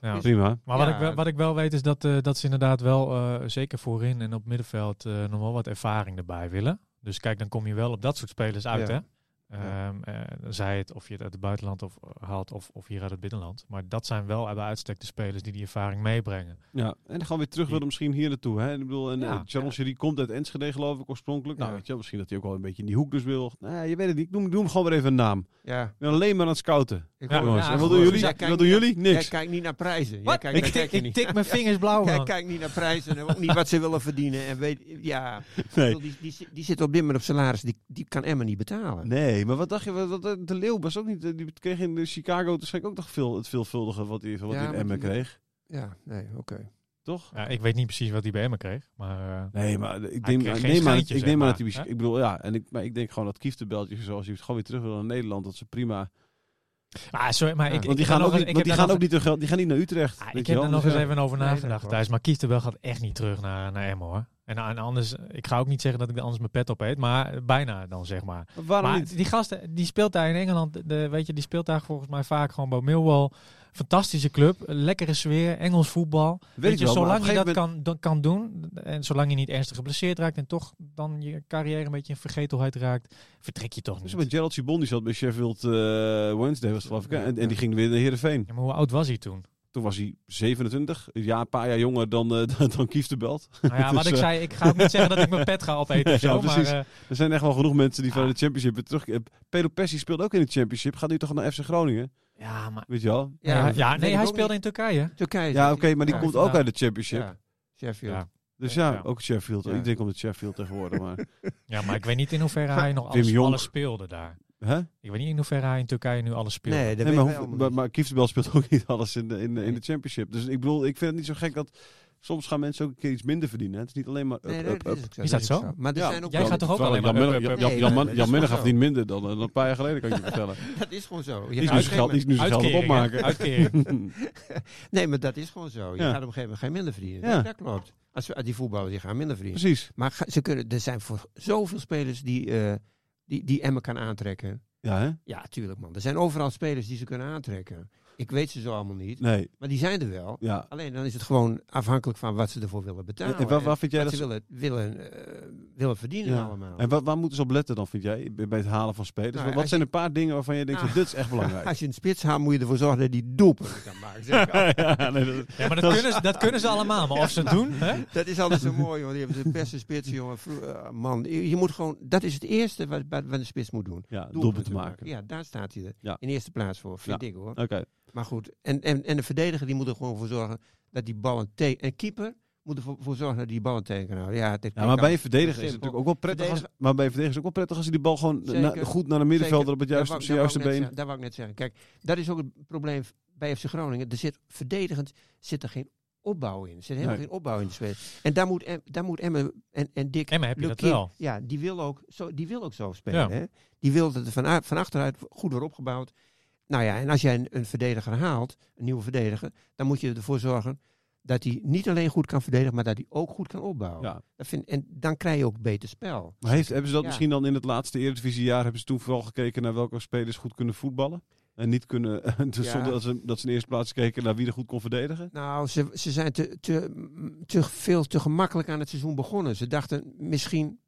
ja.
prima.
Maar wat,
Ja.
ik, wel- wat ik wel weet is dat, eh, dat ze inderdaad wel, eh, zeker voorin en op middenveld, eh, nog wel wat ervaring erbij willen. Dus kijk, dan kom je wel op dat soort spelers uit,
Ja.
hè? Ehm, eh, dan zij het of je het uit het buitenland of, eh, haalt of, of hier uit het binnenland. Maar dat zijn wel bij uitstek de spelers die die ervaring meebrengen.
Ja. En dan gaan we weer terug willen misschien hier naartoe. Hè. Ik bedoel, en,
Ja.
eh, Sharon Sherry komt uit Enschede geloof ik oorspronkelijk. Nou,
Ja.
weet je, wel, misschien dat hij ook wel een beetje in die hoek dus wil. Nee, je weet het niet. Ik noem, ik noem gewoon weer even een naam.
Ja.
Ik ben alleen maar aan het scouten.
Ik
Ja,
hoor-
jongens.
ja,
en wat
goed.
doen jullie?
Jij
Wat
kijkt
doen
niet-
jullie?
Jij
Niks.
kijkt niet naar prijzen. Jij kijkt,
ik,
daar
tik,
kijk je
ik
niet.
tik mijn vingers blauw,
Jij
man.
kijkt niet naar prijzen en ook niet wat ze willen verdienen. En weet, ja,
Nee.
Ik bedoel, die, die, zi- die zit op dit moment op salaris, die, die kan Emma niet betalen.
Nee, maar wat dacht je? Wat, wat- de Leeuw was ook niet. eh, Die kreeg in eh, Chicago waarschijnlijk ook nog veel, het veelvuldige wat hij wat
Ja,
hij in
maar
Emmen
die-
kreeg.
Ja, nee, oké.
Toch?
Ja, ik weet niet precies wat hij bij me kreeg, maar... eh,
Nee, maar ik
kreeg
neem,
geen
ik neem aan,
schijntjes,
ik neem
zeg
aan dat hij.
maar, hè?
Ik bedoel, ja. En ik, maar ik denk gewoon dat kieftenbeltjes, zoals je het gewoon weer terug wil naar Nederland, dat ze prima.
Ah, sorry, maar ik, ik
want die
heb
gaan
nog
ook
eens-
niet,
ik
want die
heb daar
gaan
nog-
ook niet, terug- die gaan niet naar Utrecht.
Ah,
weet
ik
je
heb
wel.
er nog
Dus
eens
ja.
even over
Nee,
nagedacht
dat
Thijs. Maar Kieftenbel gaat echt niet terug naar, naar Emmen hoor. En, en anders, ik ga ook niet zeggen dat ik er anders mijn pet op eet, maar bijna dan zeg maar.
Maar Waarom
Maar
niet?
die gasten, die speelt daar in Engeland, de, weet je, die speelt daar volgens mij vaak gewoon bij Millwall. Fantastische club, lekkere sfeer, Engels voetbal. Weet,
ik
je,
wel, maar op
zolang je
een
dat
gegeven
kan, dan kan doen en zolang je niet ernstig geblesseerd raakt en toch dan je carrière een beetje in vergetelheid raakt, vertrek je toch
moment-
niet.
Dus met Gerald Sibon, die zat bij Sheffield eh, Wednesday, was het, geloof ik. hè? En, en die ging weer naar Heerenveen.
Ja, maar hoe oud was hij toen?
Toen was hij 27, een jaar, een paar jaar jonger dan, eh, dan- dan Kieftenbelt.
Nou ja,
Dus,
wat ik
eh,
zei, ik ga ook niet zeggen dat ik mijn pet ga opeten of
Ja,
zo, maar
precies.
eh,
Er zijn echt wel genoeg mensen die van
Ah.
de Championship weer terug. eh, Pedro Pessi speelt ook in de Championship. Gaat nu toch naar FC Groningen?
ja, maar
Weet je wel?
Ja,
dat weet
nee,
ik
hij
ook
speelde in Turkije.
niet. Turkije.
Ja,
zit
oké, maar die
Ja,
komt oh, ook
inderdaad.
uit de Championship.
Ja, Sheffield.
Ja.
Dus ja,
Ja.
ook Sheffield.
Ja.
Ik denk om de Sheffield tegenwoordig. Maar.
Ja, maar ik weet niet in hoeverre hij nog
Wim
alles,
Jonk.
alles speelde daar.
Hè?
Ik weet niet in hoeverre hij in Turkije nu alles speelde.
Nee, dat
Nee,
weet
maar,
wij
hoef-
allemaal
maar,
niet.
maar Kieftenbel speelt ook niet alles in de, in, de- in de Championship. Dus ik bedoel, ik vind het niet zo gek dat soms gaan mensen ook een keer iets minder verdienen. hè. Het is niet alleen maar up,
Nee, nee,
up,
dat
up.
is ook zo.
Is dat
ook
zo?
Maar er
Ja.
zijn ook
Jij
wel-
gaat toch ook
Terwijl
alleen maar
Jan
up,
Minne-
up, up?
Jan-
Nee,
Jan
dat
Minne-
is
Jan Minne
wel
gaf
zo.
niet minder dan, dan een paar jaar geleden, kan ik je vertellen.
Dat is gewoon zo. Je
Die is
gaat
nu
op
zijn geld, die
een
is nu zijn geld op
Uitkering, hè?
opmaken.
Uitkering.
Nee, maar dat is gewoon zo. Je
Ja.
gaat op een gegeven moment geen minder verdienen.
Ja.
Dat klopt. Als, we- die voetballers die gaan minder verdienen.
Precies.
Maar ga- ze kunnen, er zijn voor zoveel spelers die, eh, die, die Emmen kan aantrekken.
Ja, hè?
Ja, tuurlijk man. Er zijn overal spelers die ze kunnen aantrekken. Ik weet ze zo allemaal niet.
Nee,
Maar die zijn er wel.
ja.
Alleen dan is het gewoon afhankelijk van wat ze ervoor willen betalen.
en waar, waar vind jij
wat
dat
ze
ze-
willen, willen, eh, willen verdienen
Ja.
allemaal.
En waar, waar moeten ze op letten dan, vind jij, bij bij het halen van spelers?
Nou,
Wat-
als
wat zijn een paar dingen waarvan je denkt,
Ah.
dit is echt belangrijk?
Als je een spits haalt, moet je ervoor zorgen dat die doelpunten kan maken. Zeg ik altijd.
ja, nee, dat-
Ja, maar dat kunnen, ze, dat kunnen ze allemaal. Maar of ze het doen, hè?
Dat is altijd zo mooi, want die hebben ze de beste spits, jongen. Vro- eh, man, je je moet gewoon, dat is het eerste wat, wat, wat een spits moet doen.
ja, doelpunt
Doelpunten
te maken.
Ja, daar staat hij er.
Ja.
In eerste plaats voor, vind ik hoor.
Oké,
Maar goed, en, en, en de verdediger die moet er gewoon voor zorgen dat die ballen tegen... En keeper moet ervoor voor zorgen dat die ballen tegen kan houden. Ja, dit
ja, maar bij je
kan-
verdediger is het
Simpel.
natuurlijk ook wel prettig. Als,
Verdediger-
maar bij je verdediger is het ook wel prettig als hij die bal gewoon
Zeker.
na- goed naar de middenvelder
Zeker.
op het
Daar
juiste,
wou-
op zijn
daar
juiste
wou ik net
been.
zeggen, Daar wou ik net zeggen. Kijk, dat is ook het probleem bij FC Groningen. Er zit verdedigend zit er geen opbouw in. Er zit helemaal
Nee.
geen opbouw in de spelen. En daar moet, Em- daar moet Emmen en, en Dick
Emma, heb je dat
Lukien-
wel?
Ja, die wil ook zo, die wil ook zo spelen.
Ja.
Hè? Die wil dat er van, van achteruit goed wordt opgebouwd. Nou ja, en als jij een, een verdediger haalt, een nieuwe verdediger, dan moet je ervoor zorgen dat hij niet alleen goed kan verdedigen, maar dat hij ook goed kan opbouwen.
Ja.
Dat vind, en dan krijg je ook beter spel.
Maar heeft, hebben ze dat
Ja.
misschien dan in het laatste Eredivisiejaar, hebben ze toen vooral gekeken naar welke spelers goed kunnen voetballen? En niet kunnen, dus
Ja.
zonder dat ze, dat ze in eerste plaats keken naar wie er goed kon verdedigen?
Nou, ze, ze zijn te, te, te veel te gemakkelijk aan het seizoen begonnen. Ze dachten misschien,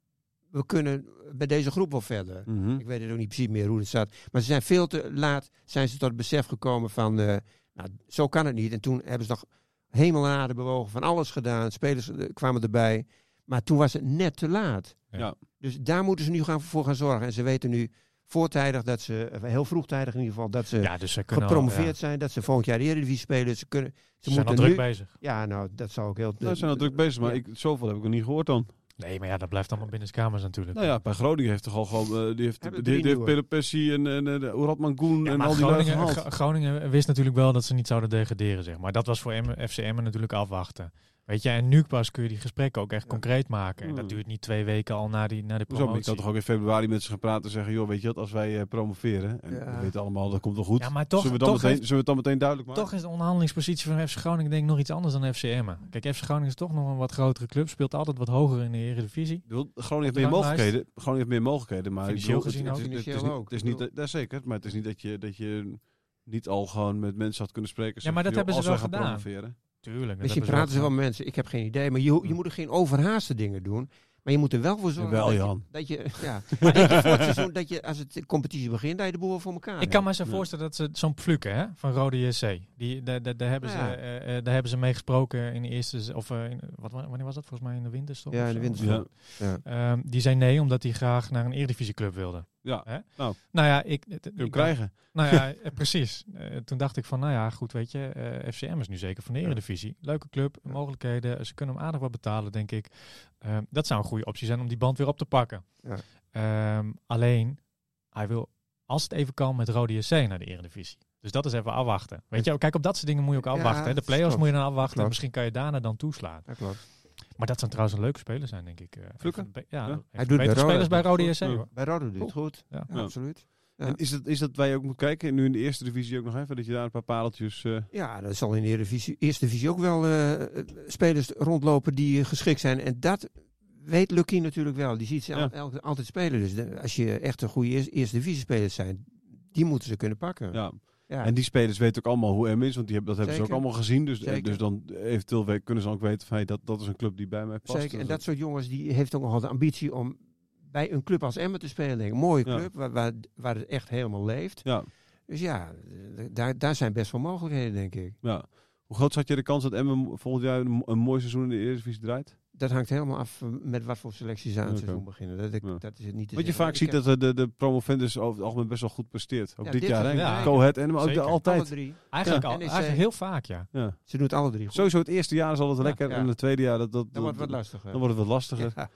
we kunnen bij deze groep wel verder.
Mhm.
Ik weet het ook niet precies meer hoe het staat. Maar ze zijn veel te laat zijn ze tot het besef gekomen van, eh, nou, zo kan het niet. En toen hebben ze nog hemel en aarde bewogen, van alles gedaan. Spelers eh, kwamen erbij. Maar toen was het net te laat.
Ja.
Dus daar moeten ze nu gaan, voor gaan zorgen. En ze weten nu voortijdig dat ze, eh, heel vroegtijdig in ieder geval, dat ze
Ja, dus ze kunnen al-
gepromoveerd
ja.
zijn. Dat ze volgend jaar de Eredivisie spelen. Dus Ze, kunnen,
Ze
ze
zijn al
moeten
druk
nu...
bezig.
Ja, nou, dat zou ook heel...
Nou, ze zijn al druk bezig, maar
Ja.
ik, zoveel heb ik nog niet gehoord dan.
Nee, maar ja, dat blijft allemaal binnen de kamers natuurlijk.
Nou ja, bij Groningen heeft toch al gewoon, eh, die heeft, die,
Hebben
die
drie
heeft
nieuwe.
Pelopessi en, en eh, de Radman Koen
Ja,
en
maar
al die lui
Groningen,
gehaald.
Gro- Groningen wist natuurlijk wel dat ze niet zouden degraderen, zeg maar. Dat was voor Emmen- FC Emmen natuurlijk afwachten. Weet je, en nu pas kun je die gesprekken ook echt concreet maken. En dat
Hmm.
duurt niet twee weken al na die, na die
Hoezo? Maar ik
promotie.
had toch ook in februari met ze gaan praten en zeggen, joh, weet je wat, als wij eh, promoveren, en
Ja.
we weten allemaal, dat komt wel goed.
Ja, maar toch-
zullen, we dan
toch
meteen,
heeft-
zullen we het dan meteen duidelijk maken?
Toch is de onderhandelingspositie van FC Groningen denk ik nog iets anders dan FC Emmen. Kijk, FC Groningen is toch nog een wat grotere club. Speelt altijd wat hoger in de Eredivisie.
Ik bedoel, Groningen heeft
de
meer
ranglijst.
mogelijkheden. Groningen heeft meer mogelijkheden, maar
Financieel
ik bedoel,
gezien
het,
ook.
het, is- het, is
Financieel
niet,
ook.
het is niet, daar zeker, maar het is niet dat je, dat je niet al gewoon met mensen had kunnen spreken.
maar dat
zeggen,
hebben ze
joh, als
wel
wij gaan promoveren.
Tuurlijk. dat
Misschien
hebben
praten ze wel met mensen, ik heb geen idee. Maar je, ho- je moet er geen overhaaste dingen doen. Maar je moet er wel voor zorgen
Jawel,
dat,
Jan.
Je, dat je... Ja, maar dat je voor het seizoen, dat je als het de competitie begint, dat je de boel voor elkaar
Ik
hebt.
kan me zo
Ja.
voorstellen dat ze zo'n Fluke hè, van Rode JC, die, daar, daar, daar hebben ze,
Ja.
eh, eh, daar hebben ze mee gesproken in de eerste, z- of eh, in, wat, wa- wanneer was dat? Volgens mij in de winterstop?
Ja,
of
in de
zo.
winterstop.
Ehm, die zei nee, omdat hij graag naar een Eredivisieclub wilde.
Ja,
Hè?
nou.
Nou ja, ik...
Kun
het-
je
ik-
hem krijgen.
Nou ja, eh, precies. Eh, toen dacht ik van, nou ja, goed, weet je, eh, FCM is nu zeker van de Eredivisie. Leuke club, mogelijkheden. Ze kunnen hem aardig wat betalen, denk ik. Ehm, dat zou een goede optie zijn om die band weer op te pakken.
Ja.
Ehm, alleen, hij wil, als het even kan, met Rode JC naar de Eredivisie. Dus dat is even afwachten. Weet je, kijk, op dat soort dingen moet je ook
Ja,
afwachten. hè. de
dat
play-offs
klopt.
moet je dan afwachten.
Klopt.
Misschien kan je daarna dan toeslaan.
Dat klopt.
Maar dat zou trouwens een leuke speler zijn, denk ik. eh, een
Fluke?
van de be- Ja,
Ja.
een
Hij
van de
doet
betere
bij Rode
spelers bij Rode JC,
Ja.
hoor.
Bij Rodo doet het goed.
Ja.
Ja,
Ja.
absoluut. Ja.
En is dat, is dat waar je ook moet kijken, nu in de eerste divisie ook nog even, dat je daar een paar pareltjes... eh,
Ja, er zal in de Eredivisie- Eerste Divisie ook wel eh, spelers rondlopen die eh, geschikt zijn. En dat weet Lucky natuurlijk wel. Die ziet ze al-
Ja.
elke- altijd spelen. Dus de- als je echt een goede eerste, eerste Divisie spelers zijn, die moeten ze kunnen pakken.
ja.
Ja.
En die spelers weten ook allemaal hoe M is, want die hebben, dat hebben ze
Zeker.
ook allemaal gezien. Dus,
Zeker.
dus dan eventueel we- kunnen ze ook weten van hey, dat, dat is een club die bij mij past. Dus
Zeker. En dat soort jongens die heeft ook nogal de ambitie om bij een club als Emmen te spelen. Een mooie
Ja.
club waar, waar, waar het echt helemaal leeft.
Ja.
Dus ja, eh, daar, daar zijn best wel mogelijkheden, denk ik.
Ja. Hoe groot zat je de kans dat Emmen volgend jaar een, een mooi seizoen in de Eredivisie draait?
Dat hangt helemaal af eh, met wat voor selecties ze aan het
Oké.
seizoen beginnen. Dat, ik-
Ja.
dat is het niet te
Wat je
zeggen.
vaak
Ik
ziet
heb
dat eh, de, de promovendus over het algemeen best wel goed presteert. Ook
Ja,
dit,
dit
jaar,
is
hè?
het,
Ja.
ja.
Cohet en maar ook de,
Zeker.
alle
altijd.
drie.
Eigenlijk, al,
NEC.
eigenlijk heel vaak, ja.
Ja.
Ze doen het alle drie goed.
Sowieso het eerste jaar is altijd
Ja,
lekker
ja.
en het tweede jaar dat, dat,
Dan wordt het wat
dat-
lastiger.
dan wordt het wat lastiger.
Ja.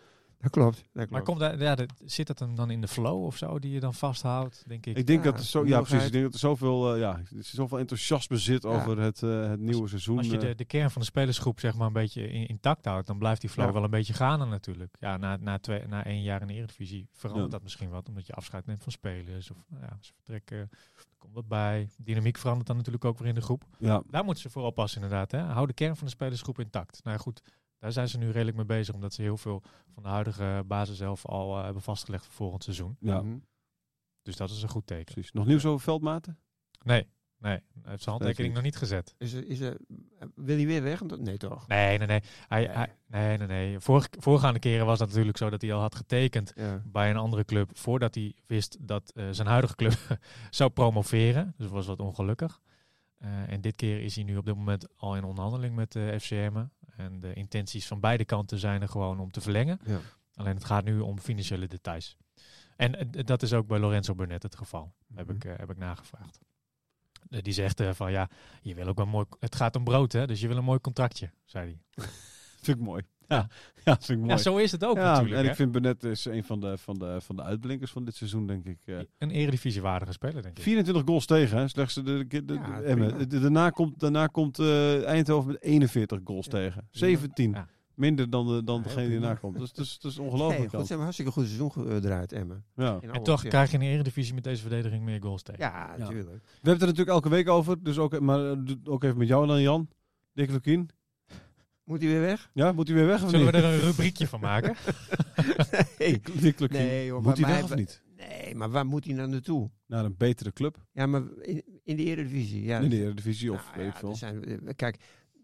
Dat klopt. Dat
Maar
klopt.
komt daar, ja, dat- zit dat hem dan in de flow of zo die je dan vasthoudt, denk ik?
Ik denk
Ja,
dat er zo, ja, precies. Ik
nieuwigheid.
denk dat er zoveel, eh, ja, er zoveel enthousiasme zit over het, eh, het nieuwe seizoen.
Als je
eh.
de, de kern van de spelersgroep zeg maar een beetje in- intact houdt, dan blijft die flow
Ja.
wel een beetje gaande natuurlijk. Ja, na, na, twee, na één jaar in de Eredivisie verandert
Ja.
dat misschien wat, omdat je afscheid neemt van spelers. Of nou ja, ze vertrekken, er komt wat bij. Dynamiek verandert dan natuurlijk ook weer in de groep.
ja,
Daar moeten ze voor oppassen inderdaad. Hè? Hou de kern van de spelersgroep intact. Nou ja, goed, daar zijn ze nu redelijk mee bezig, omdat ze heel veel van de huidige basis zelf al eh, hebben vastgelegd voor volgend seizoen.
ja,
Mhm.
Dus dat is een goed teken.
precies. Nog nieuws over veldmaten?
Nee, nee, hij heeft zijn handtekening
niet.
nog niet gezet.
Is er, is er, wil hij weer weg? Nee, toch?
Nee, nee, nee. Hij,
Nee.
hij- nee, nee, nee. Vorig- voorgaande keren was dat natuurlijk zo dat hij al had getekend
Ja.
bij een andere club voordat hij wist dat eh, zijn huidige club zou promoveren. Dus was wat ongelukkig. Eh, en dit keer is hij nu op dit moment al in onderhandeling met eh, de FCM. En de intenties van beide kanten zijn er gewoon om te verlengen.
Ja.
Alleen het gaat nu om financiële details. En eh, dat is ook bij Lorenzo Burnett het geval. Heb,
Mhm.
ik, eh, heb ik nagevraagd. Eh, die zegt eh, van ja, je wil ook wel mooi. Het gaat om brood, hè? Dus je wil een mooi contractje, zei hij.
Vind ik mooi. Ja, ja vind ik mooi.
Ja, zo is het ook
Ja,
natuurlijk.
en
hè.
ik vind Benet is een van de, van, de, van de uitblinkers van dit seizoen, denk ik. eh.
Een eredivisiewaardige speler, denk ik.
24 goals tegen, hè? slechts de, de, de- de-
Ja,
Emmen.
prima.
De- daarna komt, daarna komt eh, Eindhoven met 41 goals tegen. 17.
Ja.
Minder dan, de, dan
Ja,
degene die
prima.
daarna komt. Dus, dus, dus
Nee,
ongelooflijk.
goed, ze hebben een hartstikke goed seizoen gedraaid, Emmen.
dan. ja.
In
En
alle
toch
opzichten.
krijg je in de eredivisie met deze verdediging meer goals tegen.
Ja,
Ja.
natuurlijk.
We hebben het er natuurlijk elke week over, dus ook, maar eh, doe- ook even met jou dan, Jan. Dick Lukien.
Moet hij weer weg?
Ja, moet hij weer weg of
Zullen
niet?
we er een rubriekje van maken?
Nee,
Dick Lukien.
nee hoor,
moet hij
maar
weg of
hij-
niet?
nee, maar waar moet hij nou naartoe?
Naar een betere club
Ja, maar in, in de Eredivisie. Ja,
in de Eredivisie of
Nou
weet
ja,
ik veel.
er zijn, eh, kijk,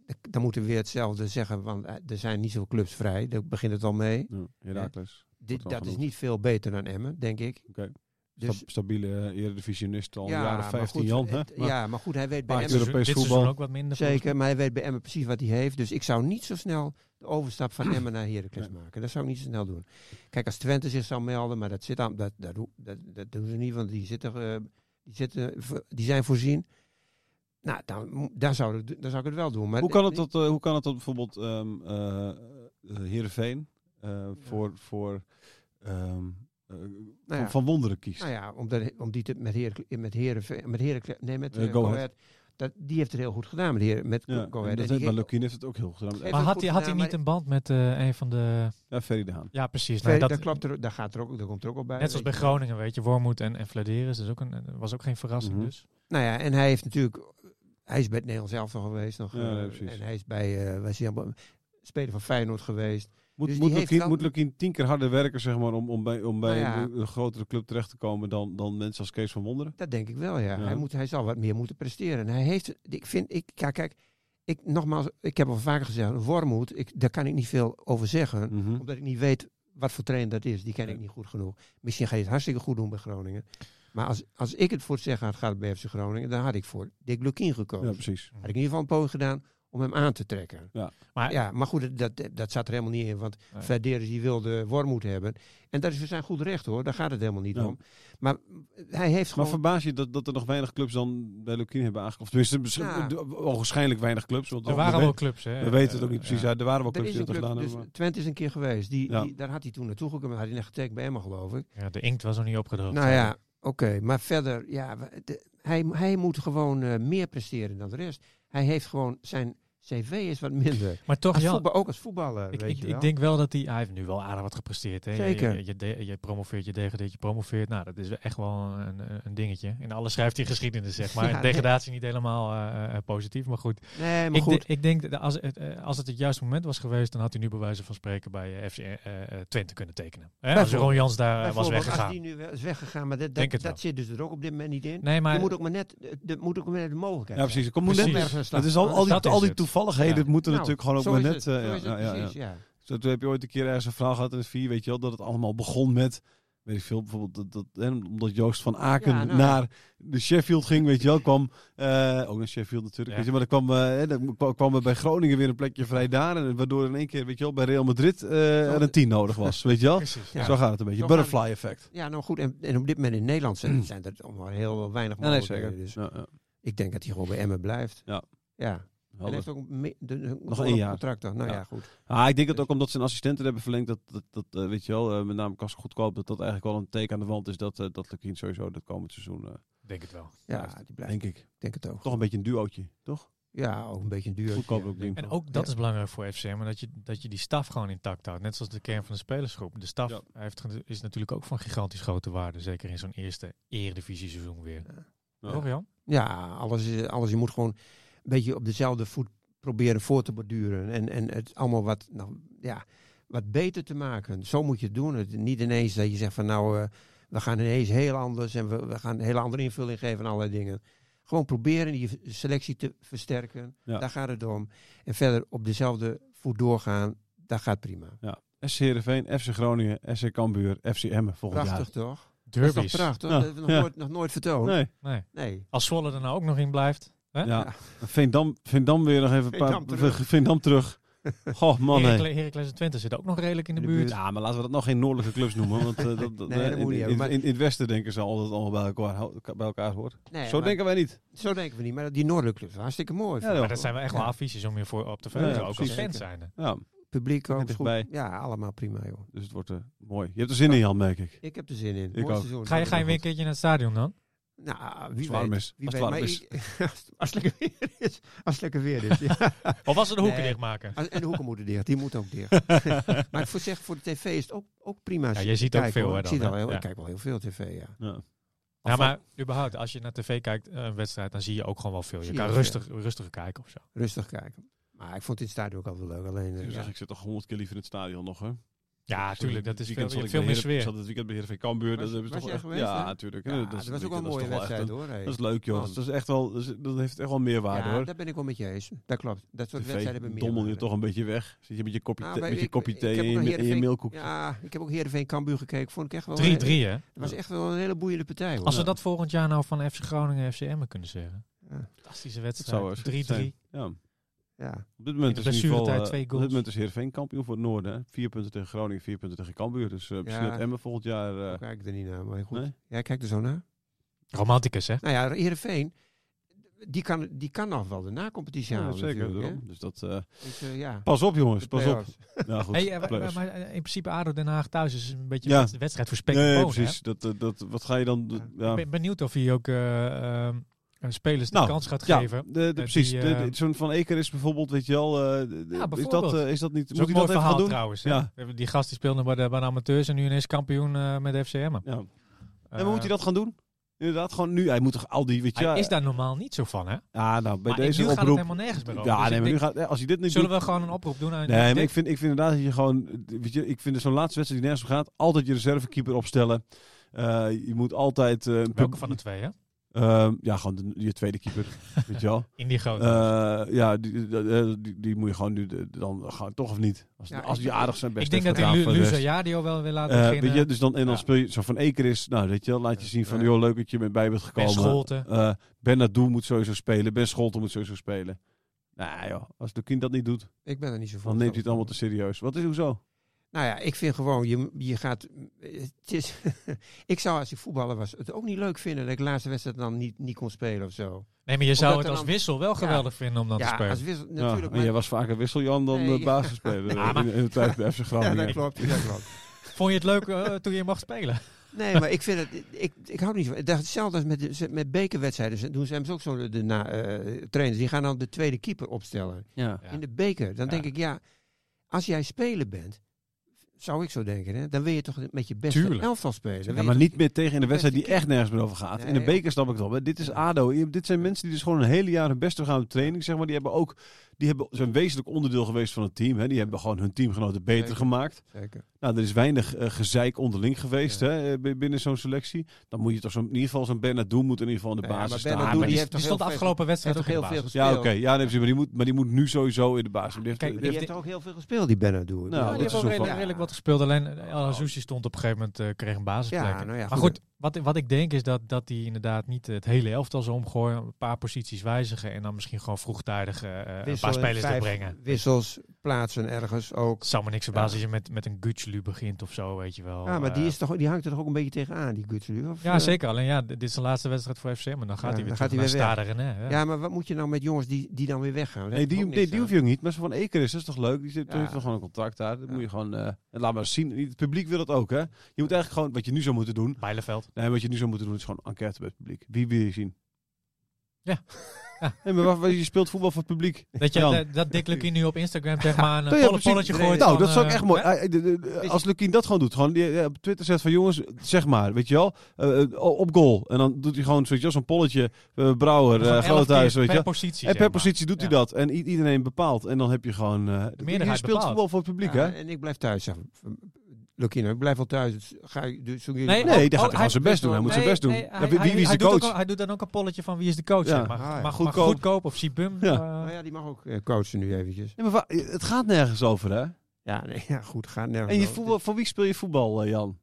d- dan moeten we weer hetzelfde zeggen, want eh, er zijn niet zoveel clubs vrij. Daar begint het al mee.
Ja, Heracles.
Dit,
al
dat is
genoemd.
niet veel beter dan Emmen, denk ik.
Oké.
Dus,
Sta- Stabiele eh, Eredivisionist al
ja,
jaren
maar
15
goed,
Jan. Hè?
het-
Maar-
ja, maar goed, hij weet bij
Maar
Emmen
Europees
dit
voetbal.
seizoen ook wat minder. volgens
zeker, maar hij weet bij Emmen precies wat hij heeft. Dus ik zou niet zo snel de overstap van Emmen naar Heracles maken. Dat zou ik niet zo snel doen. Kijk, als Twente zich zou melden, maar dat, zit aan, dat, dat, hoe- dat, dat doen ze niet, want die, zitten, eh, die, zitten, vo- die zijn voorzien. Nou, dan, mo- daar, zou ik, dan zou ik het wel doen. Maar
Hoe kan het dat, eh, hoe kan het dat bijvoorbeeld ehm eh, eh, Heerenveen eh, voor, voor ehm, eh,
Nou ja.
Van Wonderen kiest?
Nou ja, om, dat- om die te, met Heer, met Heeren, met Heeren, nee, met
Eh,
eh,
Go
Go
Ahead.
Ahead, Dat, die heeft het heel goed gedaan met Heer, met
Ja,
Go
en
Ahead.
dat
En
heeft,
die
maar
ging-
Lukien heeft het ook heel goed gedaan.
Heeft-
Maar
het
had
goed
hij, had hij
gedaan,
niet een band met eh, een van de...
Ja, Ferry de Haan.
Ja, precies.
Ver-
Nou,
dat,
dat,
klopt er, daar, gaat er ook, daar komt er ook op bij.
net zoals bij
weet je.
Groningen, weet je. Wormoed en, en Vladeris, dat is ook een, eh, was ook geen verrassing
Mhm.
dus.
Nou ja, en hij heeft natuurlijk... Hij is bij het Nederlands elftal geweest nog.
Ja, nee,
eh,
precies.
en hij is bij, eh was hij allemaal, speler van Feyenoord geweest.
Moet,
Dus die
moet,
heeft
Lukien,
wel-
moet Lukien tien keer harder werken zeg maar, om, om bij, om bij
Nou ja.
een, een grotere club terecht te komen dan, dan mensen als Kees van Wonderen?
Dat denk ik wel, ja.
Ja.
Hij, moet, hij zal wat meer moeten presteren. En hij heeft... Ik vind... Ik, ja, kijk, ik, nogmaals, ik heb al vaker gezegd, Wormoed, ik, daar kan ik niet veel over zeggen.
Mhm.
Omdat ik niet weet wat voor trainer dat is. Die ken ik
Ja.
niet goed genoeg. Misschien ga je het hartstikke goed doen bij Groningen. Maar als, als ik het voor het zeggen had gehad bij FC Groningen, dan had ik voor Dick Lukien gekozen.
Ja, precies.
had ik in ieder geval een poging gedaan om hem aan te trekken.
Maar
Ja, maar goed, dat, dat zat er helemaal niet in. Want
Nee.
Verderes die wilde Wormoed hebben. En dat is voor zijn goed recht hoor. Daar gaat het helemaal niet
Ja.
om. Maar hij heeft
Maar
gewoon...
verbaas je dat, dat er nog weinig clubs dan bij Lukien hebben aangekomen? Of tenminste,
Ja.
waarschijnlijk weinig clubs. Want
er
we
waren
we-
wel clubs, hè.
we weten het ook
Eh,
niet precies.
ja.
Ja, er waren wel
er
clubs
is
die
een
dat gedaan
club, dus
hebben. maar-
Twente is een keer geweest. Die,
Ja.
die, daar had hij toen naartoe gekomen. Had hij net getekend bij Emma, geloof ik.
Ja, de inkt was nog niet opgedroogd.
Nou ja, oké. Maar verder, ja, we- de- hij, hij moet gewoon eh, meer presteren dan de rest. Hij heeft gewoon, zijn cv is wat minder.
Maar toch,
Als
Jan,
voetbal, ook als voetballer,
Ik,
weet
ik,
je
ik
wel.
denk wel dat hij... Hij heeft nu wel aardig wat gepresteerd. Hè? Je-
Zeker.
Je, je, de- je promoveert, je degradeert, je promoveert. Nou, dat is echt wel een, een- een dingetje. En alles schrijft hij geschiedenis, zeg maar.
Ja,
En degradatie niet helemaal eh, eh, positief, maar goed.
nee, maar
Ik,
goed.
de- ik denk, dat als het, eh, als het het juiste moment was geweest... dan had hij nu bij wijze van spreken bij eh, FC eh, eh, Twente kunnen tekenen. Hè? Als
Bijvoorbeeld.
Ron Jans daar eh, was
Bijvoorbeeld,
weggegaan.
Als die nu wel is weggegaan, maar dat,
Denk
dat,
het
dat,
wel.
zit dus er ook op dit moment niet in.
Nee, maar...
er moet ook maar net, er moet ook maar net de mogelijkheid
Ja, precies. Kom,
Precies.
net- Het Nou, is al, al die,
Dat is
al die
het.
toevalligheden
Ja.
moeten
Nou,
natuurlijk gewoon ook maar net. eh,
ja,
ja, ja, ja.
precies, ja.
Zo, toen heb je ooit een keer ergens een verhaal gehad in het vier, weet je wel, dat het allemaal begon met, weet ik veel, bijvoorbeeld dat, dat, hè, omdat Joost van Aken
Ja, nou.
naar de Sheffield ging, weet je wel, kwam eh, ook naar Sheffield natuurlijk,
Ja.
weet je, maar dan kwam, eh, hè, dan kwam- kwam er bij Groningen weer een plekje vrij daar, en waardoor in één keer, weet je wel, bij Real Madrid eh, er een tien nodig was, weet je wel.
Precies.
Ja.
Zo gaat het een beetje,
Zo
butterfly effect.
Ja, nou goed. En, en op dit moment in Nederland zijn, zijn er allemaal heel weinig
Mm. Ja, nee,
mogelijkheden.
zeker.
Dus
Ja, ja.
ik denk dat hij gewoon bij Emmen blijft.
Ja.
ja. Hij
Helder.
heeft ook me- de, een-
Nog
een
één jaar.
contract. dan. Nou
Ja.
ja, goed.
Ah, ik denk dat ook omdat zijn assistenten hebben verlengd, dat, dat, dat eh, weet je wel, eh, met name Kas goedkoop, dat dat eigenlijk wel een teken aan de wand is dat, eh dat Lukien sowieso dat komend seizoen, eh,
Denk het wel.
Ja, die blijft.
denk ik,
Ik denk het ook.
toch een beetje een duootje, toch?
Ja, ook een beetje een duur.
Goedkoop ook denk ik.
En ook dat
Ja.
is belangrijk voor FCM, maar dat je, dat je die staf gewoon intact houdt. Net zoals de kern van de spelersgroep. De staf
Ja.
heeft, is natuurlijk ook van gigantisch grote waarde. Zeker in zo'n eerste eredivisie seizoen weer.
Ja.
Toch Jan?
Ja, alles, is- alles. Je moet gewoon een beetje op dezelfde voet proberen voor te borduren. En, en het allemaal wat, nou, ja, wat beter te maken. Zo moet je het doen. Het, niet ineens dat je zegt van nou, eh, we gaan ineens heel anders en we, we gaan een hele andere invulling geven aan allerlei dingen. Gewoon proberen je selectie te versterken.
Ja.
Daar gaat het om. En verder op dezelfde voet doorgaan. Dat gaat prima.
SC Heerenveen, FC Groningen, SC Cambuur, FC Emmen volgend
Prachtig toch? Dat is toch
Derbies.
prachtig?
Ja.
Dat hebben we
Ja.
nog, nooit, nog nooit vertoond.
jaar.
Nee.
Nee,
Nee. Als Zwolle er nou ook nog in blijft. Hè?
ja. Veendam, Veendam weer nog even een paar...
Veendam terug.
Veendam terug. Goh, man hé.
Heracles, Heracles en Twente zitten ook nog redelijk in de,
In de
buurt. Ah,
Ja, maar laten we dat nog geen noordelijke clubs noemen. Want eh, dat, dat,
Nee,
eh,
dat moet
in,
niet
in,
hebben, maar-
in- in het westen denken ze al dat het allemaal bij elkaar, hou- bij elkaar hoort.
Nee,
Zo
maar-
denken wij niet.
Zo denken we niet, maar die noordelijke clubs, hartstikke mooi.
Ja,
Maar dat zijn wel echt wel
Ja.
affiches om je voor op te verheugen.
Ja, ja,
ook als
precies.
fans zijn.
Ja,
Publiek ook
Lekker
is
dichtbij.
goed. Ja, allemaal prima, joh.
dus het wordt eh, mooi. Je hebt er zin in, Jan, merk ik.
Ik heb er zin in.
Ik
Mooi
ook.
seizoen.
Ga je, ga je weer een keertje naar het stadion dan?
Nou,
Als
wie
het warm
weet.
is.
Wie
Als het
weet.
warm
maar
is.
ik- als het lekker weer is. Als het lekker weer is. Ja.
Of was het de hoeken
Nee.
dichtmaken?
Als- En de hoeken moeten dicht. Die moeten ook dicht. maar ik voor zeg, voor de tv is het ook, ook prima.
Ja, jij ziet ook
Kijk,
veel,
hoor.
hè,
Ik,
dan,
zie
hè?
wel heel-
Ja.
ik kijk wel heel veel tv, ja.
Ja.
Ja,
Of-
maar überhaupt, als je naar tv kijkt, eh, een wedstrijd, dan zie je ook gewoon wel veel. Je
Zie
kan
je ook
rustig, rustiger kijken of zo.
Rustig kijken. Maar ik vond dit stadion ook altijd leuk. Alleen,
Dus
eh, ja.
zeg, ik zit toch honderd keer liever in het stadion nog, hè?
Ja,
Sorry,
tuurlijk. Dat
dit
is veel,
weekend zat
je hebt
ik bij
veel
Heeren-
meer
Ik
sfeer.
zat het weekend bij Heerenveen Cambuur.
Was-
dat hebben ze
was
toch
jij
echt-
geweest,
Ja,
hè?
natuurlijk.
Ja, dat was ook wel
dat is
een mooie
toch echt
wedstrijd,
een-
hoor. hè.
Dat is leuk, joh.
Want-
Dat, is echt wel, dat is- dat heeft echt wel meerwaarde,
Ja,
hoor.
daar ben ik wel met je eens. Dat klopt. Dat soort
TV
wedstrijden hebben meer
dommel je
waarde.
toch een beetje weg. Zit je met je kopje,
Ah,
thee-
maar
met je
ik-
kopje
ik
thee en
heb ook
je,
nog
en je
Heerenveen-
mailkoekje.
Ja, ik heb ook Heerenveen Cambuur gekeken. Vond ik echt wel...
3-3, hè?
Het was echt wel een hele boeiende partij. Hoor.
Als we dat volgend jaar nou van FC Groningen en FC Emmen kunnen zeggen.
Ja.
Fantastische
Dat zou
wedstrijd.
eens
3-3.
Ja.
Ja.
Op dit moment
de
is in ieder geval,
blessuretijd
eh,
twee
op dit
goals.
moment is Heerenveen kampioen voor het noorden. Hè? Vier punten tegen Groningen, vier punten tegen Cambuur. Dus eh misschien
Ja.
dat Emmen volgend jaar... eh,
Daar kijk ik er niet naar, maar goed.
nee?
Jij kijkt er zo naar.
Romanticus, hè?
Nou ja, Heerenveen, die kan, die kan nog wel de na-competitie
Ja,
halen
zeker.
natuurlijk, hè.
daarom. Dus dat, eh,
Dus, eh, ja.
pas op jongens,
De
pas op.
play-offs.
Nou goed,
Hey, eh, maar,
play-offs.
maar- maar, eh, in principe ADO Den Haag thuis is een beetje
Ja.
een wed- wedstrijd voor spek en
Nee,
bonen, hè?
precies. Dat, eh, dat, wat ga je dan...
Ja.
ja.
Ik ben benieuwd of hij ook eh, ehm, eh, spelers de
Nou,
kans gaat
Ja,
geven.
de, de- precies. De- de-
eh,
Zo'n Van Eker is bijvoorbeeld, weet je wel... eh, de- de- Is,
bijvoorbeeld.
dat, eh, is dat niet...
Dat
Moet
is
hij dat even gaan
ook een mooi verhaal
doen?
trouwens. hè.
Ja.
Die gast die speelde bij de, bij de amateurs en nu ineens kampioen eh, met FCM.
Ja. En hoe moet hij dat gaan doen? Inderdaad, gewoon nu. Hij moet toch al die... Weet je,
Hij is daar normaal niet zo van, hè?
Ja, nou, bij
Maar
deze
nu gaat het
oproep...
helemaal nergens meer over.
Ja,
Dus
nee,
ik
maar nu
denk,
gaat, eh, als hij dit niet
Zullen
doet-
we gewoon een oproep doen aan
Nee, maar
Dick?
ik vind, ik vind inderdaad dat je gewoon... Weet je, ik vind het zo'n laatste wedstrijd die nergens om gaat... altijd je reservekeeper opstellen. Eh, je moet altijd... eh, een
Welke
pub-
van de twee, hè?
Ehm, ja, gewoon de- je tweede keeper, weet je wel.
In die grote.
Eh, ja, die, die, die- die, die moet je gewoon nu de- dan gewoon, toch of niet. Als,
Ja,
als
ik-
die aardig zijn best
ik denk dat
heeft
hij
gedaan
Lu
voor de
Luza
rest.
Jadio wel wil laten
Eh,
beginnen.
weet je, dus dan, en dan
Ja.
speel je zo van Eker is, nou weet je wel, laat je zien van,
Ja.
joh, leuk dat je met bij bent
ben
gekomen.
Scholten.
Eh, ben Nadoe moet sowieso spelen, Ben Scholten moet sowieso spelen. Nou joh, als de kind dat niet doet,
Ik ben er niet zo van.
dan neemt hij het allemaal te serieus. Wat is hoezo?
Nou ja, ik vind gewoon, je, je gaat... Het is, ik zou als ik voetballer was het ook niet leuk vinden dat ik de laatste wedstrijd dan niet, niet kon spelen of zo.
Nee, maar je
Omdat
zou het
er
als
dan-
wissel wel geweldig vinden om dan te
ja,
spelen.
als wissel,
Ja,
natuurlijk.
en jij
maar-
was vaker wisseljan dan
Nee.
eh, basisspeler
Ja, maar-
in, in de tijd bij FC
ja,
Groningen.
dat klopt. Dat klopt.
Vond je het leuk eh, toen je mocht spelen?
Nee, Ah, maar ik vind het. Ik, ik hou er niet van. Dat is Hetzelfde als met, de- ze- met bekerwedstrijden. Ze- Doen ze hebben ze ook zo de na, eh, trainers. Die gaan dan de tweede keeper opstellen.
Ja.
Ja.
In de beker. Dan
Ja.
denk ik, ja, als jij speler bent, zou ik zo denken, hè, dan wil je toch met je beste
Tuurlijk.
elftal spelen. Dan
Ja,
wil
maar
je
niet meer tegen in de
beste
wedstrijd die
keeper.
echt nergens meer over gaat. In de
Nee.
beker snap ik het wel. Maar dit is ADO. Je- Dit zijn mensen die dus gewoon een hele jaar hun best doen gaan op training. Zeg maar. Die hebben ook die hebben, zijn wezenlijk onderdeel geweest van het team. Hè. Die hebben gewoon hun teamgenoten beter
Zeker.
gemaakt.
toch- Zeker.
Nou, er is weinig eh, gezeik onderling geweest
Ja.
hè, eh, b- binnen zo'n selectie. Dan moet je toch zo'n, in ieder geval zo'n Bernardo moet in ieder geval in de
Ja,
basis
maar
staan.
Bernardo,
Maar
die
die-
heeft
Die
toch
stond de
heel
afgelopen
Hij heeft
wedstrijd
toch
ook in
heel
de
veel
basis.
gespeeld.
ja, oké. Ja, nee, precies, maar, die moet, maar die moet nu sowieso in de basis. Die heeft-
Kijk,
die
Die
heeft-
heeft toch ook heel veel gespeeld, die Benadou.
Nou, dat
Ja, die
is
hebben
ook
redelijk,
wel-
redelijk wat gespeeld. Alleen El Azuzi stond op een gegeven moment, eh, kreeg een basisplek.
Ja, nou
maar
ja, goed.
goed, Wat, wat ik denk is dat, dat die inderdaad niet het hele elftal zal omgooien. Een paar posities wijzigen en dan misschien gewoon vroegtijdig eh, een paar
Wisselen,
spelers
vijf
brengen.
Wissels plaatsen ergens ook.
Het zou me niks verbazen als je met, met een Gutschlu begint of zo, weet je wel.
Ja, maar
Eh,
die, is toch, die hangt er toch ook een beetje tegenaan, die Gutselu? of,
Ja,
eh?
zeker. Alleen ja, d- dit is de laatste wedstrijd voor FCM. En dan gaat
Ja,
hij weer
dan gaat
terug
hij
naar
weer
Stade René. Ja.
Ja, maar wat moet je nou met jongens die, die dan weer weggaan?
Nee, die, nee, die hoef je ook niet. Maar zo van Eker is, dat is toch leuk? Die zit,
Ja.
heeft toch gewoon een contract daar. Dat
Ja.
moet je gewoon... eh, en laat maar zien. Het publiek wil dat ook, hè? Je moet eigenlijk gewoon... Wat je nu zou moeten doen...
Bijleveld.
Nee, wat je nu zou moeten doen is gewoon enquête bij het publiek. Wie wil je zien?
Ja. Ja.
Nee, maar wacht, je speelt voetbal voor het publiek.
Dat, je,
Jan.
dat, dat Dick Lukien nu op Instagram zeg maar een
Nou ja,
volle
precies.
polletje
Nee,
gooit.
Nou,
van,
dat zou ik
eh,
echt mooi.
hè?
eh, eh, de- de- Als Lukien dat gewoon doet, gewoon die, eh, op Twitter zegt van jongens, zeg maar, weet je wel, eh, eh, op goal. En dan doet hij gewoon zoiets als een polletje, eh, Brouwer,
Gewoon
eh
elf
Groothuis,
keer
weet je
per
wel.
positie.
En
zeg
per
maar.
positie doet hij
Ja.
dat. En i- iedereen bepaalt. En dan heb je gewoon... eh, je
meerderheid
speelt
bepaalt.
voetbal voor het publiek,
Ja,
hè?
En ik blijf thuis, zeg. Lukino, ik blijf wel thuis. Dus ga je, dus zoek je
Nee,
Nee,
oh,
die gaat
oh,
hij gewoon zijn best doen. Hij moet zijn
nee,
best doen.
nee,
Ja,
hij-
wie- wie
hij-
is
hij
de
doet ook
coach?
al- Hij doet dan ook een polletje van wie is de coach.
Ja.
zeg maar.
Ah, ja.
Maar
Goedkoop.
goedkoop. goedkoop of Sibum.
Ja.
eh,
Nou ja, die mag ook eh, coachen nu eventjes.
Nee, maar wa- het gaat nergens over, hè?
Ja, nee, ja goed, ga nergens
En je
over.
voetbal, voor wie speel je voetbal, eh, Jan?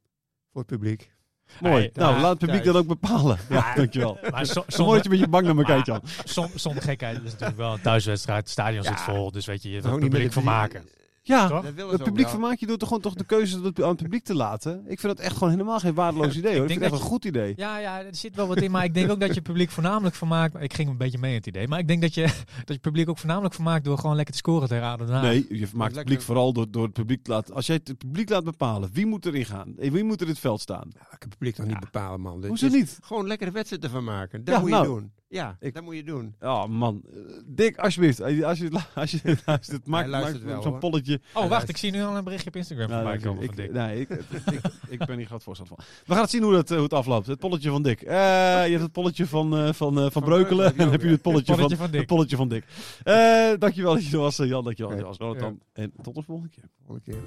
Voor het publiek.
Mooi.
Hey,
nou,
ja,
laat het publiek
thuis.
dat ook bepalen. Ja, dankjewel.
Maar zo-
Zo mooi dat
zonder,
je met je bang naar me kijkt, Jan.
som- zonder gekheid, het is natuurlijk wel een thuiswedstrijd. Het stadion zit
Ja.
vol, dus weet je, je
Hou
wil het
niet met
publiek
het-
vermaken.
Ja,
Toch?
Dat willen ze
Het
ook
publiek
wel.
vermaakt je door toch gewoon toch de keuze dat aan het publiek te laten. Ik vind dat echt gewoon helemaal geen waardeloos idee hoor. Ik, vind
denk
het echt
dat
een goed idee.
Ja, ja, er zit wel wat in, maar ik denk ook dat je publiek voornamelijk vermaakt. Ik ging een beetje mee in het idee, maar ik denk dat je, dat je publiek ook voornamelijk vermaakt door gewoon lekker te scoren tegen Aden Den Haag.
Nee, je maakt het
Lekker.
publiek vooral door, door het publiek te laten. Als jij het publiek laat bepalen, wie moet erin gaan? En Wie moet er in het veld staan?
Nou, ik kan het publiek toch niet bepalen, man. Dit
Hoezo
is
niet?
Gewoon lekkere wedstrijden van maken. Dat
Ja,
moet
nou.
je doen. Ja,
Ik-
dat moet je doen.
Oh man, Eh, Dick, alsjeblieft. Als je, als je, het lu- als je het luistert, maak, maak
luistert wel,
zo'n
hoor.
polletje.
Oh, wacht,
luister.
ik zie nu al een berichtje op Instagram
Nou,
voorbij
dank je.
komen van
ik,
Dick.
nee, ik, ik, ik ben hier groot voorstander van. We gaan het zien hoe, dat, eh, hoe het afloopt. Het polletje van Dick. Eh, je hebt het polletje van, eh, van, eh, van,
Breukelen
Breukelen. En
heb je
dan
ook,
heb je
ja.
het polletje,
Polletje
van,
van Dick.
het polletje van Dick. Eh, dankjewel dat je er was, eh, Jan. Dankjewel dat je er was, Jonathan. En tot de volgende keer.
Volgende keer.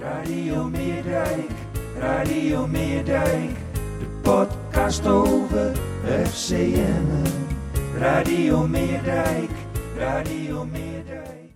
Radio Meerdijk, Radio Meerdijk, de podcast over FCM. Radio Meerdijk, Radio Meerdijk.